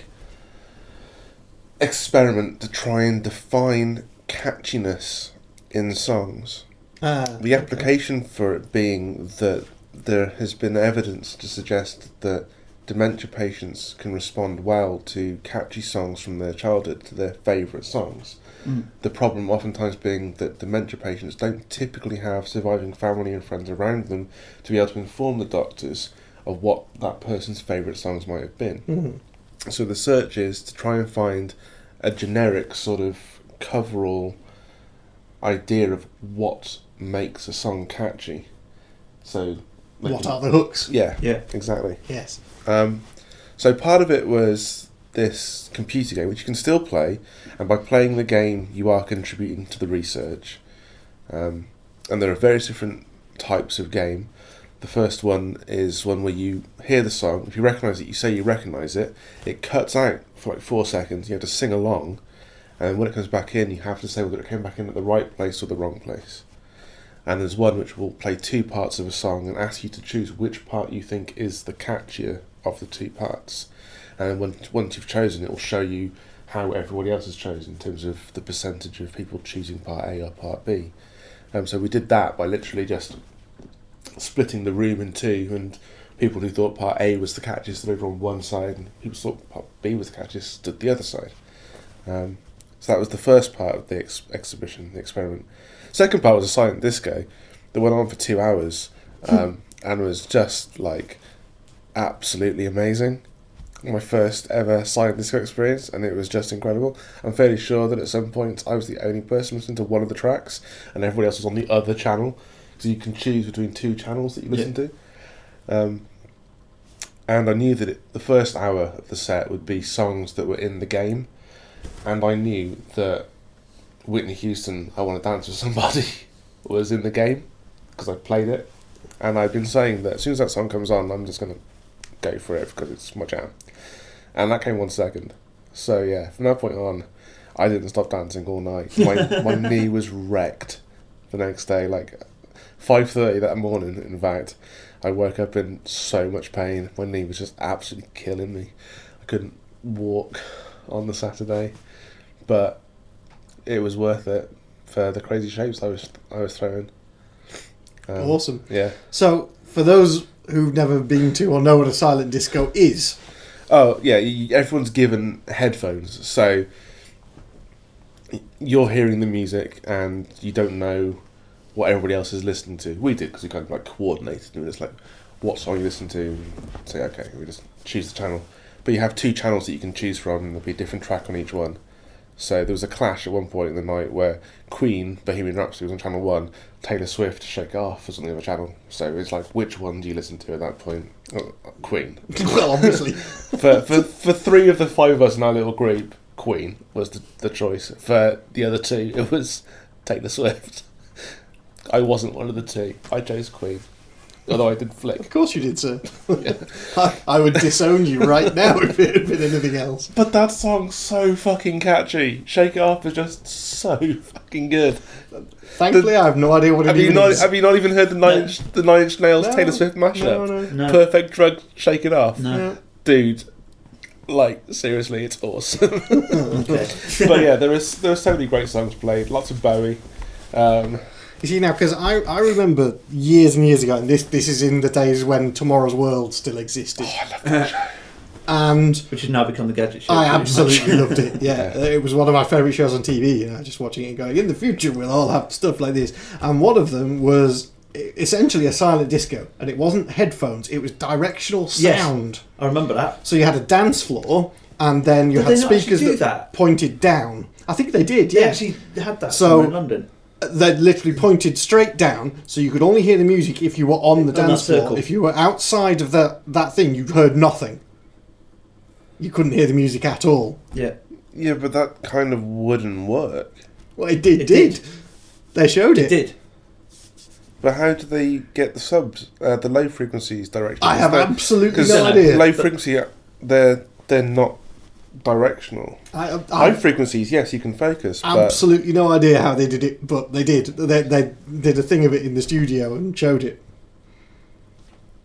[SPEAKER 1] experiment to try and define catchiness in songs.
[SPEAKER 2] Uh,
[SPEAKER 1] The application for it being that there has been evidence to suggest that dementia patients can respond well to catchy songs from their childhood to their favourite songs.
[SPEAKER 4] Mm.
[SPEAKER 1] The problem oftentimes being that dementia patients don't typically have surviving family and friends around them to be able to inform the doctors of what that person's favourite songs might have been.
[SPEAKER 2] mhm.
[SPEAKER 1] So the search is to try and find a generic sort of coverall idea of what makes a song catchy. So they
[SPEAKER 2] What
[SPEAKER 1] can-
[SPEAKER 2] are the hooks?
[SPEAKER 1] yeah,
[SPEAKER 4] Yeah.
[SPEAKER 1] exactly.
[SPEAKER 2] Yes.
[SPEAKER 1] Um, so part of it was this computer game, which you can still play, and by playing the game, you are contributing to the research. Um, and there are various different types of game. The first one is one where you hear the song. If you recognise it, you say you recognise it. It cuts out for like four seconds. You have to sing along, and when it comes back in, you have to say whether it came back in at the right place or the wrong place. And there's one which will play two parts of a song and ask you to choose which part you think is the catchier of the two parts. And when, once you've chosen, it will show you how everybody else has chosen in terms of the percentage of people choosing part A or part B. Um, so we did that by literally just splitting the room in two, and people who thought part A was the catchiest stood over on one side, and people who thought part B was the catchiest stood the other side. Um, so that was the first part of the ex- exhibition, the experiment. Second part was a silent disco that went on for two hours um, and was just like absolutely amazing. My first ever silent disco experience, and it was just incredible. I'm fairly sure that at some point I was the only person listening to one of the tracks, and everybody else was on the other channel. So you can choose between two channels that you
[SPEAKER 4] Yeah.
[SPEAKER 1] listen to. Um, and I knew that it, the first hour of the set would be songs that were in the game, and I knew that Whitney Houston, I Want to Dance with Somebody, was in the game because I played it. And I've been saying that as soon as that song comes on, I'm just going to go for it because it's my jam. And that came one second. So, yeah, from that point on, I didn't stop dancing all night. My, my knee was wrecked the next day, like 5.30 that morning, in fact. I woke up in so much pain. My knee was just absolutely killing me. I couldn't walk on the Saturday, but it was worth it for the crazy shapes I was I was throwing. Um,
[SPEAKER 2] awesome.
[SPEAKER 1] Yeah.
[SPEAKER 2] So, for those who've never been to or know what a silent disco is,
[SPEAKER 1] Oh yeah. You, everyone's given headphones, so you're hearing the music and you don't know what everybody else is listening to. We did because we kind of like coordinated. and We just like what song you listen to. And say okay, we just choose the channel. But you have two channels that you can choose from, and there'll be a different track on each one. So there was a clash at one point in the night where Queen, Bohemian Rhapsody was on channel one, Taylor Swift, Shake It Off was on the other channel. So it's like, which one do you listen to at that point? Oh, Queen.
[SPEAKER 2] well, obviously,
[SPEAKER 1] for, for for three of the five of us in our little group, Queen was the, the choice. For the other two, it was Taylor Swift. I wasn't one of the two. I chose Queen, although I did
[SPEAKER 2] of
[SPEAKER 1] flick.
[SPEAKER 2] course you did, sir. I, I would disown you right now if it had been anything else.
[SPEAKER 1] But that song's so fucking catchy. Shake It Off is just so fucking good.
[SPEAKER 2] Thankfully, I have no idea what it
[SPEAKER 1] Have you
[SPEAKER 2] even
[SPEAKER 1] not
[SPEAKER 2] is.
[SPEAKER 1] Have you not even heard the Nine
[SPEAKER 4] No.
[SPEAKER 1] Inch the Nine Inch Nails
[SPEAKER 2] No.
[SPEAKER 1] Taylor Swift
[SPEAKER 2] no,
[SPEAKER 1] mashup?
[SPEAKER 2] no.
[SPEAKER 4] No.
[SPEAKER 1] Perfect drug. Shake It Off,
[SPEAKER 4] No.
[SPEAKER 1] dude. Like seriously, it's awesome.
[SPEAKER 4] Okay.
[SPEAKER 1] but yeah, there is there are so many great songs played. Lots of Bowie. Um,
[SPEAKER 2] You see now, because I, I remember years and years ago, and this this is in the days when Tomorrow's World still existed,
[SPEAKER 4] Oh,
[SPEAKER 2] and
[SPEAKER 4] Which has now become the gadget show.
[SPEAKER 2] I
[SPEAKER 4] pretty
[SPEAKER 2] absolutely
[SPEAKER 4] much.
[SPEAKER 2] loved it. Yeah, it was one of my favourite shows on TV. You know, just watching it, and going in the future we'll all have stuff like this. And one of them was e, essentially a silent disco, and it wasn't headphones; it was directional
[SPEAKER 4] Yes.
[SPEAKER 2] sound.
[SPEAKER 4] I remember that.
[SPEAKER 2] So you had a dance floor, and then you
[SPEAKER 4] Did
[SPEAKER 2] had
[SPEAKER 4] they not actually
[SPEAKER 2] speakers that,
[SPEAKER 4] do that?
[SPEAKER 2] pointed down. I think they did.
[SPEAKER 4] They
[SPEAKER 2] Yeah,
[SPEAKER 4] actually had that
[SPEAKER 2] So-
[SPEAKER 4] somewhere in London.
[SPEAKER 2] they literally pointed straight down, so you could only hear the music if you were on the
[SPEAKER 4] that
[SPEAKER 2] dance floor.
[SPEAKER 4] circle.
[SPEAKER 2] If you were outside of that that thing, you heard nothing. You couldn't hear the music at all.
[SPEAKER 4] Yeah.
[SPEAKER 1] Yeah, but that kind of wouldn't work.
[SPEAKER 2] Well, it did.
[SPEAKER 4] It
[SPEAKER 2] did.
[SPEAKER 4] did.
[SPEAKER 2] They showed it.
[SPEAKER 4] It did.
[SPEAKER 1] But how do they get the subs, uh, the low frequencies direction?
[SPEAKER 2] I have absolutely
[SPEAKER 1] because
[SPEAKER 2] no
[SPEAKER 4] no,
[SPEAKER 2] idea.
[SPEAKER 1] low frequency, they're they're not directional.
[SPEAKER 2] I,
[SPEAKER 1] High
[SPEAKER 2] I,
[SPEAKER 1] frequencies, yes, you can focus, but
[SPEAKER 2] absolutely no idea how they did it, but they did. They, they did a thing of it in the studio and showed it.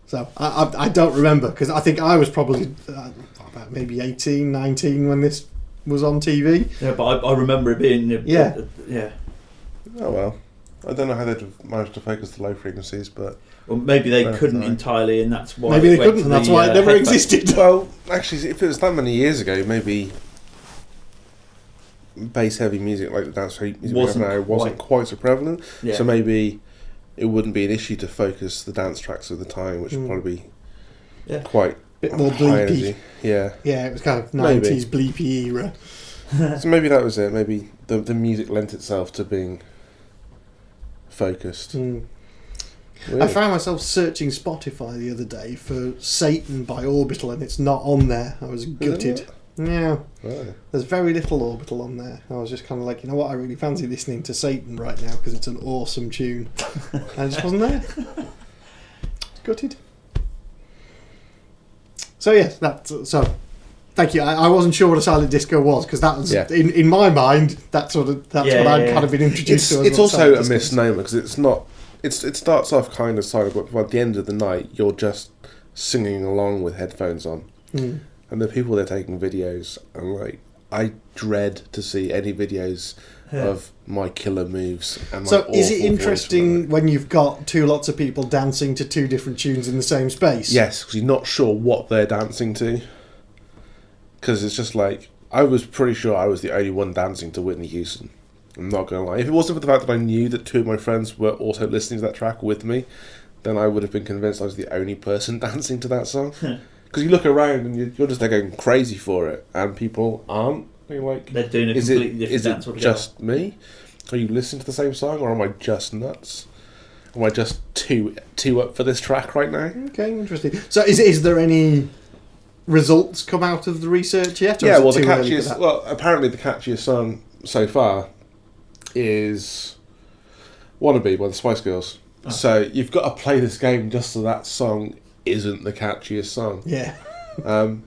[SPEAKER 2] So I, I, I don't remember because I think I was probably uh, about maybe 18, 19 when this was on TV.
[SPEAKER 4] Yeah, but I, I remember it being. the-
[SPEAKER 2] Yeah.
[SPEAKER 4] the- yeah.
[SPEAKER 1] oh well. I don't know how they'd have managed to focus the low frequencies, but
[SPEAKER 4] Or maybe they
[SPEAKER 1] Right,
[SPEAKER 4] couldn't
[SPEAKER 1] right.
[SPEAKER 4] entirely, and that's why.
[SPEAKER 2] maybe
[SPEAKER 4] it
[SPEAKER 2] they
[SPEAKER 4] went
[SPEAKER 2] couldn't,
[SPEAKER 4] to
[SPEAKER 2] and that's
[SPEAKER 4] the,
[SPEAKER 2] why
[SPEAKER 4] uh,
[SPEAKER 2] it never
[SPEAKER 4] headphone.
[SPEAKER 2] existed.
[SPEAKER 1] well, actually, if it was that many years ago, maybe bass-heavy music like the dance music we have
[SPEAKER 4] Wasn't
[SPEAKER 1] now wasn't quite so prevalent.
[SPEAKER 4] Yeah.
[SPEAKER 1] So maybe it wouldn't be an issue to focus the dance tracks at the time, which
[SPEAKER 2] Mm.
[SPEAKER 1] would probably be
[SPEAKER 4] Yeah.
[SPEAKER 1] quite
[SPEAKER 2] Bit more
[SPEAKER 1] high
[SPEAKER 2] bleepy.
[SPEAKER 1] energy. Yeah.
[SPEAKER 2] Yeah, it was kind of
[SPEAKER 1] Maybe.
[SPEAKER 2] nineties bleepy era.
[SPEAKER 1] So maybe that was it. Maybe the the music lent itself to being focused.
[SPEAKER 2] Mm.
[SPEAKER 1] Weird.
[SPEAKER 2] I found myself searching Spotify the other day for "Satan" by Orbital, and it's not on there. I was gutted. Yeah.
[SPEAKER 1] Right.
[SPEAKER 2] There's very little orbital on there. I was just kind of like, you know what, I really fancy listening to Satan right now because it's an awesome tune. and it just wasn't there. Gutted. So yes, that's so. Thank you. I, I wasn't sure what a silent disco was because that was
[SPEAKER 1] Yeah.
[SPEAKER 2] in, in my mind. That sort of that's
[SPEAKER 4] Yeah,
[SPEAKER 2] what
[SPEAKER 4] yeah,
[SPEAKER 2] I'd
[SPEAKER 4] yeah.
[SPEAKER 2] kind of been introduced
[SPEAKER 1] It's,
[SPEAKER 2] to. as
[SPEAKER 1] it's
[SPEAKER 2] what
[SPEAKER 1] also
[SPEAKER 2] silent
[SPEAKER 1] a
[SPEAKER 2] disco is.
[SPEAKER 1] misnomer because it's not. It's it starts off kind of silent, but by the end of the night, you're just singing along with headphones on.
[SPEAKER 2] Mm.
[SPEAKER 1] And the people they're taking videos, I'm like, I dread to see any videos
[SPEAKER 4] Yeah.
[SPEAKER 1] of my killer moves. And my
[SPEAKER 2] So is it
[SPEAKER 1] awful voice
[SPEAKER 2] interesting
[SPEAKER 1] from
[SPEAKER 2] when you've got two lots of people dancing to two different tunes in the same space?
[SPEAKER 1] it. Yes, because you're not sure what they're dancing to. Because it's just like, I was pretty sure I was the only one dancing to Whitney Houston. I'm not going to lie. If it wasn't for the fact that I knew that two of my friends were also listening to that track with me, then I would have been convinced I was the only person dancing to that song. Because you look around and you're- you're just there going crazy for it, and people aren't. You're like,
[SPEAKER 4] They're doing a
[SPEAKER 1] is
[SPEAKER 4] completely
[SPEAKER 1] it,
[SPEAKER 4] different
[SPEAKER 1] is
[SPEAKER 4] dance
[SPEAKER 1] it
[SPEAKER 4] altogether.
[SPEAKER 1] just me? Are you listening to the same song, or am I just nuts? Am I just too too up for this track right now?
[SPEAKER 2] Okay, interesting. So, is is there any results come out of the research yet? Or
[SPEAKER 1] yeah,
[SPEAKER 2] is it
[SPEAKER 1] well, the
[SPEAKER 2] too early for
[SPEAKER 1] catchiest.
[SPEAKER 2] that?
[SPEAKER 1] Well, apparently the catchiest song so far is "Wannabe" by the Spice Girls.
[SPEAKER 2] Ah.
[SPEAKER 4] Oh.
[SPEAKER 1] So you've got to play this game just so that song isn't the catchiest song.
[SPEAKER 2] yeah,
[SPEAKER 1] Um,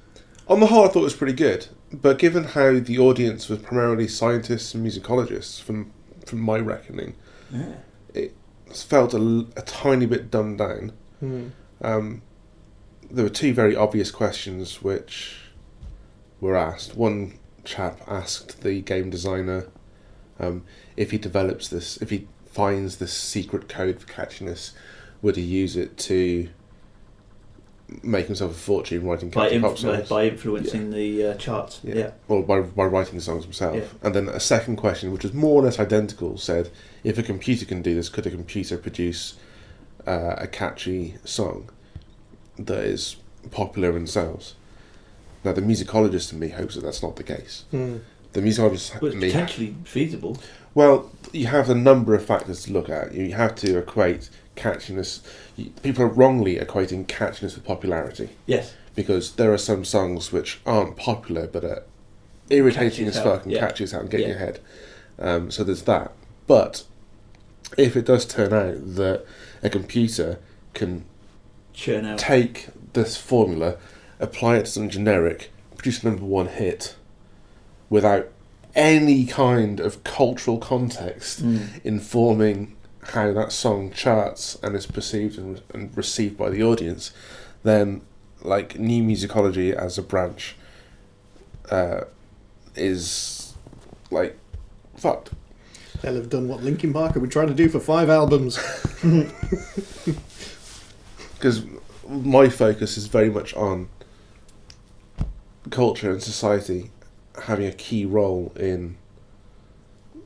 [SPEAKER 1] on the whole, I thought it was pretty good, but given how the audience was primarily scientists and musicologists, from from my reckoning,
[SPEAKER 4] Yeah.
[SPEAKER 1] it felt a, l- a tiny bit dumbed down.
[SPEAKER 2] Hmm.
[SPEAKER 1] Um, there were two very obvious questions which were asked. One chap asked the game designer um, if he develops this, if he finds this secret code for catchiness, would he use it to make himself a fortune writing
[SPEAKER 4] By,
[SPEAKER 1] catchy pop
[SPEAKER 4] inf- uh,
[SPEAKER 1] songs?
[SPEAKER 4] by influencing the uh, charts.
[SPEAKER 1] Yeah.
[SPEAKER 4] Yeah.
[SPEAKER 1] or by, by writing the songs himself.
[SPEAKER 4] Yeah.
[SPEAKER 1] And then a second question, which was more or less identical, said, if a computer can do this, could a computer produce uh, a catchy song that is popular and sells? Now, the musicologist in me hopes that that's not the case.
[SPEAKER 2] Hmm.
[SPEAKER 1] The musicologist
[SPEAKER 4] Well,
[SPEAKER 1] in
[SPEAKER 4] it's
[SPEAKER 1] me
[SPEAKER 4] potentially feasible.
[SPEAKER 1] well, you have a number of factors to look at. You have to equate catchiness. you- People are wrongly equating catchiness with popularity
[SPEAKER 4] Yes.
[SPEAKER 1] because there are some songs which aren't popular but are irritating
[SPEAKER 4] Catchy
[SPEAKER 1] as
[SPEAKER 4] as hell,
[SPEAKER 1] fuck and
[SPEAKER 4] yeah.
[SPEAKER 1] catchy as hell and get in
[SPEAKER 4] Yeah.
[SPEAKER 1] your head. Um, so there's that. But if it does turn out that a computer can
[SPEAKER 4] Churn out.
[SPEAKER 1] take this formula, apply it to some generic, produce a number one hit without any kind of cultural context
[SPEAKER 4] Mm.
[SPEAKER 1] informing how that song charts and is perceived and, and received by the audience, then like new musicology as a branch uh, is like fucked.
[SPEAKER 2] they'll have done what Linkin Park have been trying to do for five albums.
[SPEAKER 1] because my focus is very much on culture and society having a key role in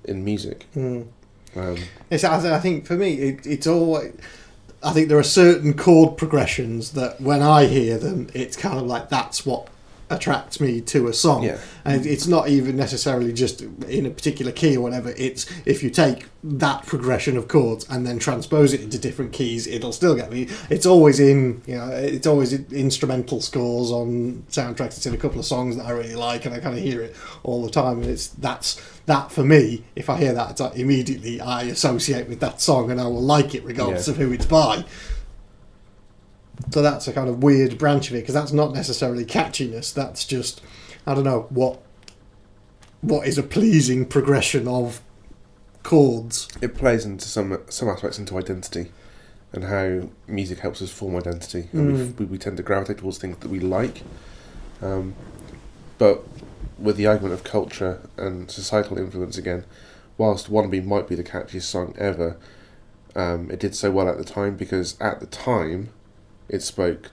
[SPEAKER 1] in music.
[SPEAKER 2] Hmm.
[SPEAKER 1] Um,
[SPEAKER 2] It's, I, I think for me, it, it's all I think there are certain chord progressions that when I hear them, it's kind of like that's what attracts me to a song.
[SPEAKER 1] Yeah.
[SPEAKER 2] And it's not even necessarily just in a particular key or whatever. It's if you take that progression of chords and then transpose it into different keys, it'll still get me. It's always in, you know, it's always in instrumental scores on soundtracks. It's in a couple of songs that I really like, and I kind of hear it all the time. And it's that's that for me. If I hear that, it's like immediately I associate with that song, and I will like it regardless
[SPEAKER 1] Yeah.
[SPEAKER 2] of who it's by. So that's a kind of weird branch of it because that's not necessarily catchiness. That's just I don't know what what is a pleasing progression of chords.
[SPEAKER 1] It plays into some some aspects into identity, and how music helps us form identity. And we
[SPEAKER 2] Mm.
[SPEAKER 1] we, we tend to gravitate towards things that we like, um, but with the argument of culture and societal influence again, whilst "Wannabe" might be the catchiest song ever, um, it did so well at the time because at the time, it spoke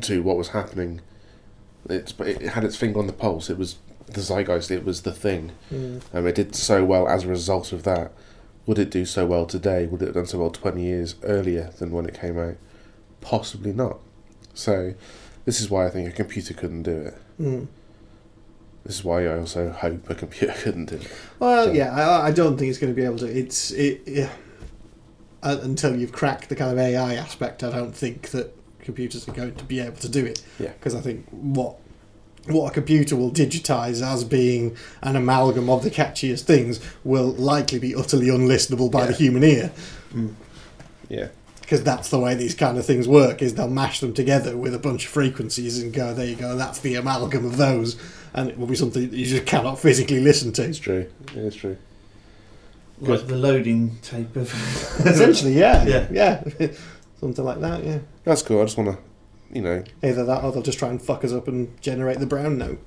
[SPEAKER 1] to what was happening. It's it had its finger on the pulse. It was the zeitgeist. It was the thing. Um, it did so well as a result of that. Would it do so well today? Would it have done so well 20 years earlier than when it came out? Possibly not. So, this is why I think a computer couldn't do it.
[SPEAKER 2] Mm.
[SPEAKER 1] This is why I also hope a computer couldn't do it.
[SPEAKER 2] Well,
[SPEAKER 1] So-
[SPEAKER 2] yeah, I, I don't think it's going to be able to. It's it yeah. Uh, until you've cracked the kind of AI aspect, I don't think that computers are going to be able to do it.
[SPEAKER 1] Yeah.
[SPEAKER 2] Because I think what what a computer will digitize as being an amalgam of the catchiest things will likely be utterly unlistenable by the
[SPEAKER 1] Yeah.
[SPEAKER 2] human ear.
[SPEAKER 1] Yeah.
[SPEAKER 2] because that's the way these kind of things work is they'll mash them together with a bunch of frequencies and go there you go that's the amalgam of those and it will be something that you just cannot physically listen
[SPEAKER 1] It's
[SPEAKER 2] to
[SPEAKER 1] true. It is true.
[SPEAKER 4] Like the loading tape of.
[SPEAKER 2] essentially yeah
[SPEAKER 4] Yeah.
[SPEAKER 2] yeah something like that yeah
[SPEAKER 1] That's cool. I just want to, you know,
[SPEAKER 2] either that or they'll just try and fuck us up and generate the brown note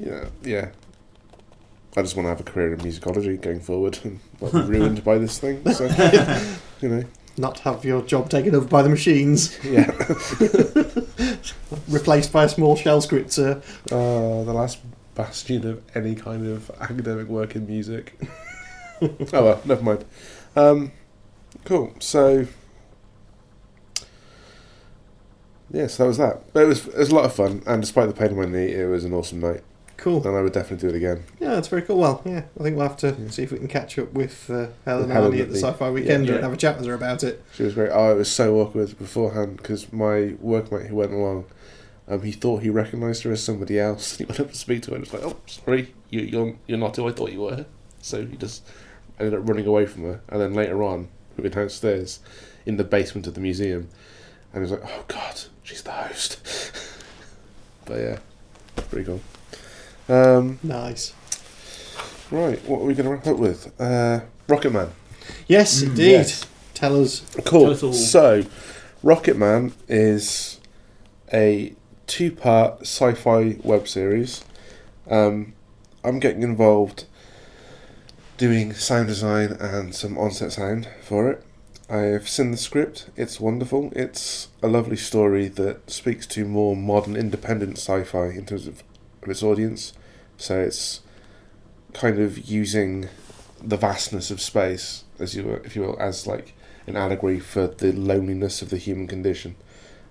[SPEAKER 1] yeah, yeah. I just want to have a career in musicology going forward and not be ruined by this thing. So, you know,
[SPEAKER 2] not have your job taken over by the machines
[SPEAKER 1] yeah.
[SPEAKER 2] replaced by a small shell scripter
[SPEAKER 1] Uh, the last bastion of any kind of academic work in music. oh well, never mind. Um, cool. So, yeah, so that was that. But it was it was a lot of fun, and despite the pain in my knee, it was an awesome night,
[SPEAKER 2] cool
[SPEAKER 1] and I would definitely do it again.
[SPEAKER 2] yeah that's very cool well yeah i think we'll have to
[SPEAKER 1] Yeah.
[SPEAKER 2] see if we can catch up with uh,
[SPEAKER 1] Helen
[SPEAKER 2] helen and Andy
[SPEAKER 1] at
[SPEAKER 2] at the
[SPEAKER 1] the-
[SPEAKER 2] sci-fi weekend
[SPEAKER 4] yeah.
[SPEAKER 2] and have a chat with her about it
[SPEAKER 1] She was great. Oh, it was so awkward beforehand because my workmate who went along, um, he thought he recognised her as somebody else. He went up to speak to her and was like, "Oh, sorry, you, you're you're not who I thought you were." So he just ended up running away from her. And then later on, we were downstairs in the basement of the museum, and he was like, "Oh God, she's the host." but yeah, pretty cool. Um,
[SPEAKER 2] nice
[SPEAKER 1] right, what are we going to wrap up with? Uh, Rocket Man.
[SPEAKER 2] yes
[SPEAKER 4] Mm,
[SPEAKER 2] indeed
[SPEAKER 4] yes.
[SPEAKER 2] tell us
[SPEAKER 1] Cool.
[SPEAKER 4] Tell us all.
[SPEAKER 1] So, Rocket Man is a two part sci fi web series. Um, I'm getting involved doing sound design and some onset sound for it. I have seen the script, it's wonderful. It's a lovely story that speaks to more modern independent sci fi in terms of, of its audience. So, it's kind of using the vastness of space, as you were, if you will, as like an allegory for the loneliness of the human condition,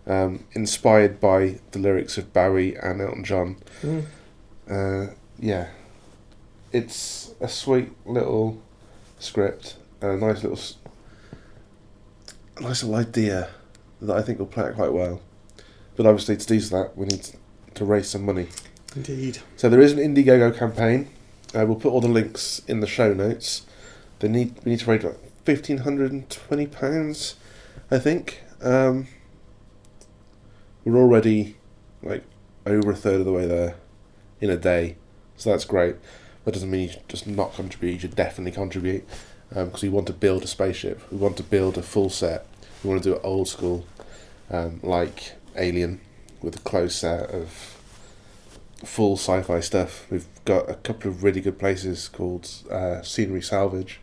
[SPEAKER 1] um, inspired by the lyrics of Bowie and Elton John.
[SPEAKER 2] Mm.
[SPEAKER 1] Uh, yeah, it's a sweet little script and a nice little, s- a nice little idea that I think will play out quite well. But obviously, to do that, we need to raise some money.
[SPEAKER 2] Indeed.
[SPEAKER 1] So there is an Indiegogo campaign. Uh, we'll put all the links in the show notes. They need we need to raise like fifteen hundred and twenty pounds, I think. Um, we're already like over a third of the way there in a day, so that's great. That doesn't mean you should just not contribute. You should definitely contribute because we want to build a spaceship. We want to build a full set. We want to do it old school, um, like Alien, with a closed set of full sci-fi stuff. We've got a couple of really good places called uh, Scenery Salvage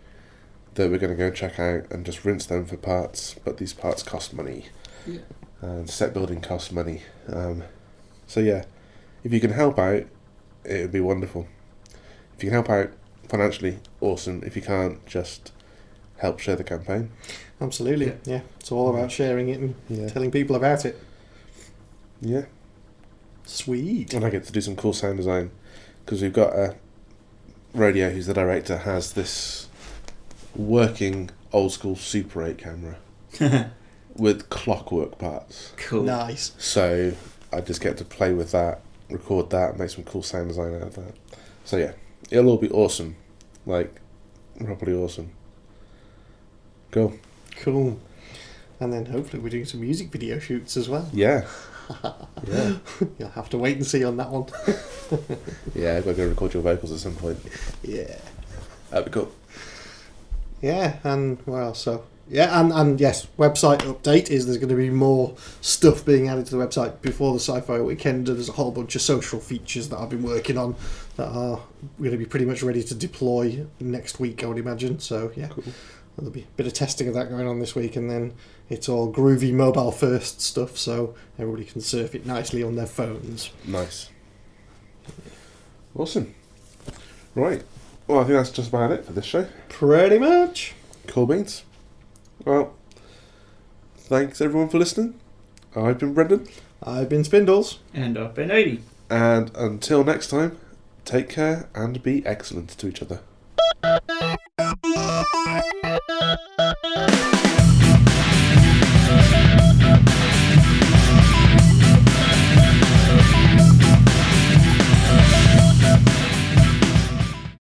[SPEAKER 1] that we're going to go and check out and just rinse them for parts. But these parts cost money,
[SPEAKER 3] Yeah.
[SPEAKER 1] and set building costs money. Um, so yeah, if you can help out, it would be wonderful. If you can help out financially, awesome. If you can't, just help share the campaign.
[SPEAKER 2] Absolutely. Yeah.
[SPEAKER 3] Yeah.
[SPEAKER 2] It's all about sharing it and
[SPEAKER 1] Yeah.
[SPEAKER 2] telling people about it.
[SPEAKER 1] Yeah.
[SPEAKER 2] Sweet.
[SPEAKER 1] And I get to do some cool sound design because we've got a radio who's the director has this working old school Super 8 camera with clockwork parts.
[SPEAKER 4] Cool.
[SPEAKER 2] Nice.
[SPEAKER 1] So I just get to play with that, record that, make some cool sound design out of that. So yeah, it'll all be awesome, like properly awesome. Cool.
[SPEAKER 2] Cool. And then hopefully we're doing some music video shoots as well.
[SPEAKER 1] Yeah. yeah.
[SPEAKER 2] You'll have to wait and see on that one.
[SPEAKER 1] Yeah. I've got to go record your vocals at some point.
[SPEAKER 2] Yeah.
[SPEAKER 1] That'd be cool.
[SPEAKER 2] Yeah, and what else? So yeah, and, and yes, website update is there's going to be more stuff being added to the website before the Sci-Fi Weekend. There's a whole bunch of social features that I've been working on that are going to be pretty much ready to deploy next week, I would imagine. So yeah,
[SPEAKER 1] Cool.
[SPEAKER 2] there'll be a bit of testing of that going on this week, and then it's all groovy mobile first stuff, so everybody can surf it nicely on their phones.
[SPEAKER 1] Nice. Awesome. Right. Well, I think that's just about it for this show.
[SPEAKER 2] Pretty much.
[SPEAKER 1] Cool beans. Well, thanks everyone for listening. I've been Brendan,
[SPEAKER 2] I've been Spindles.
[SPEAKER 4] And I've been 80.
[SPEAKER 1] and until next time, take care and be excellent to each other.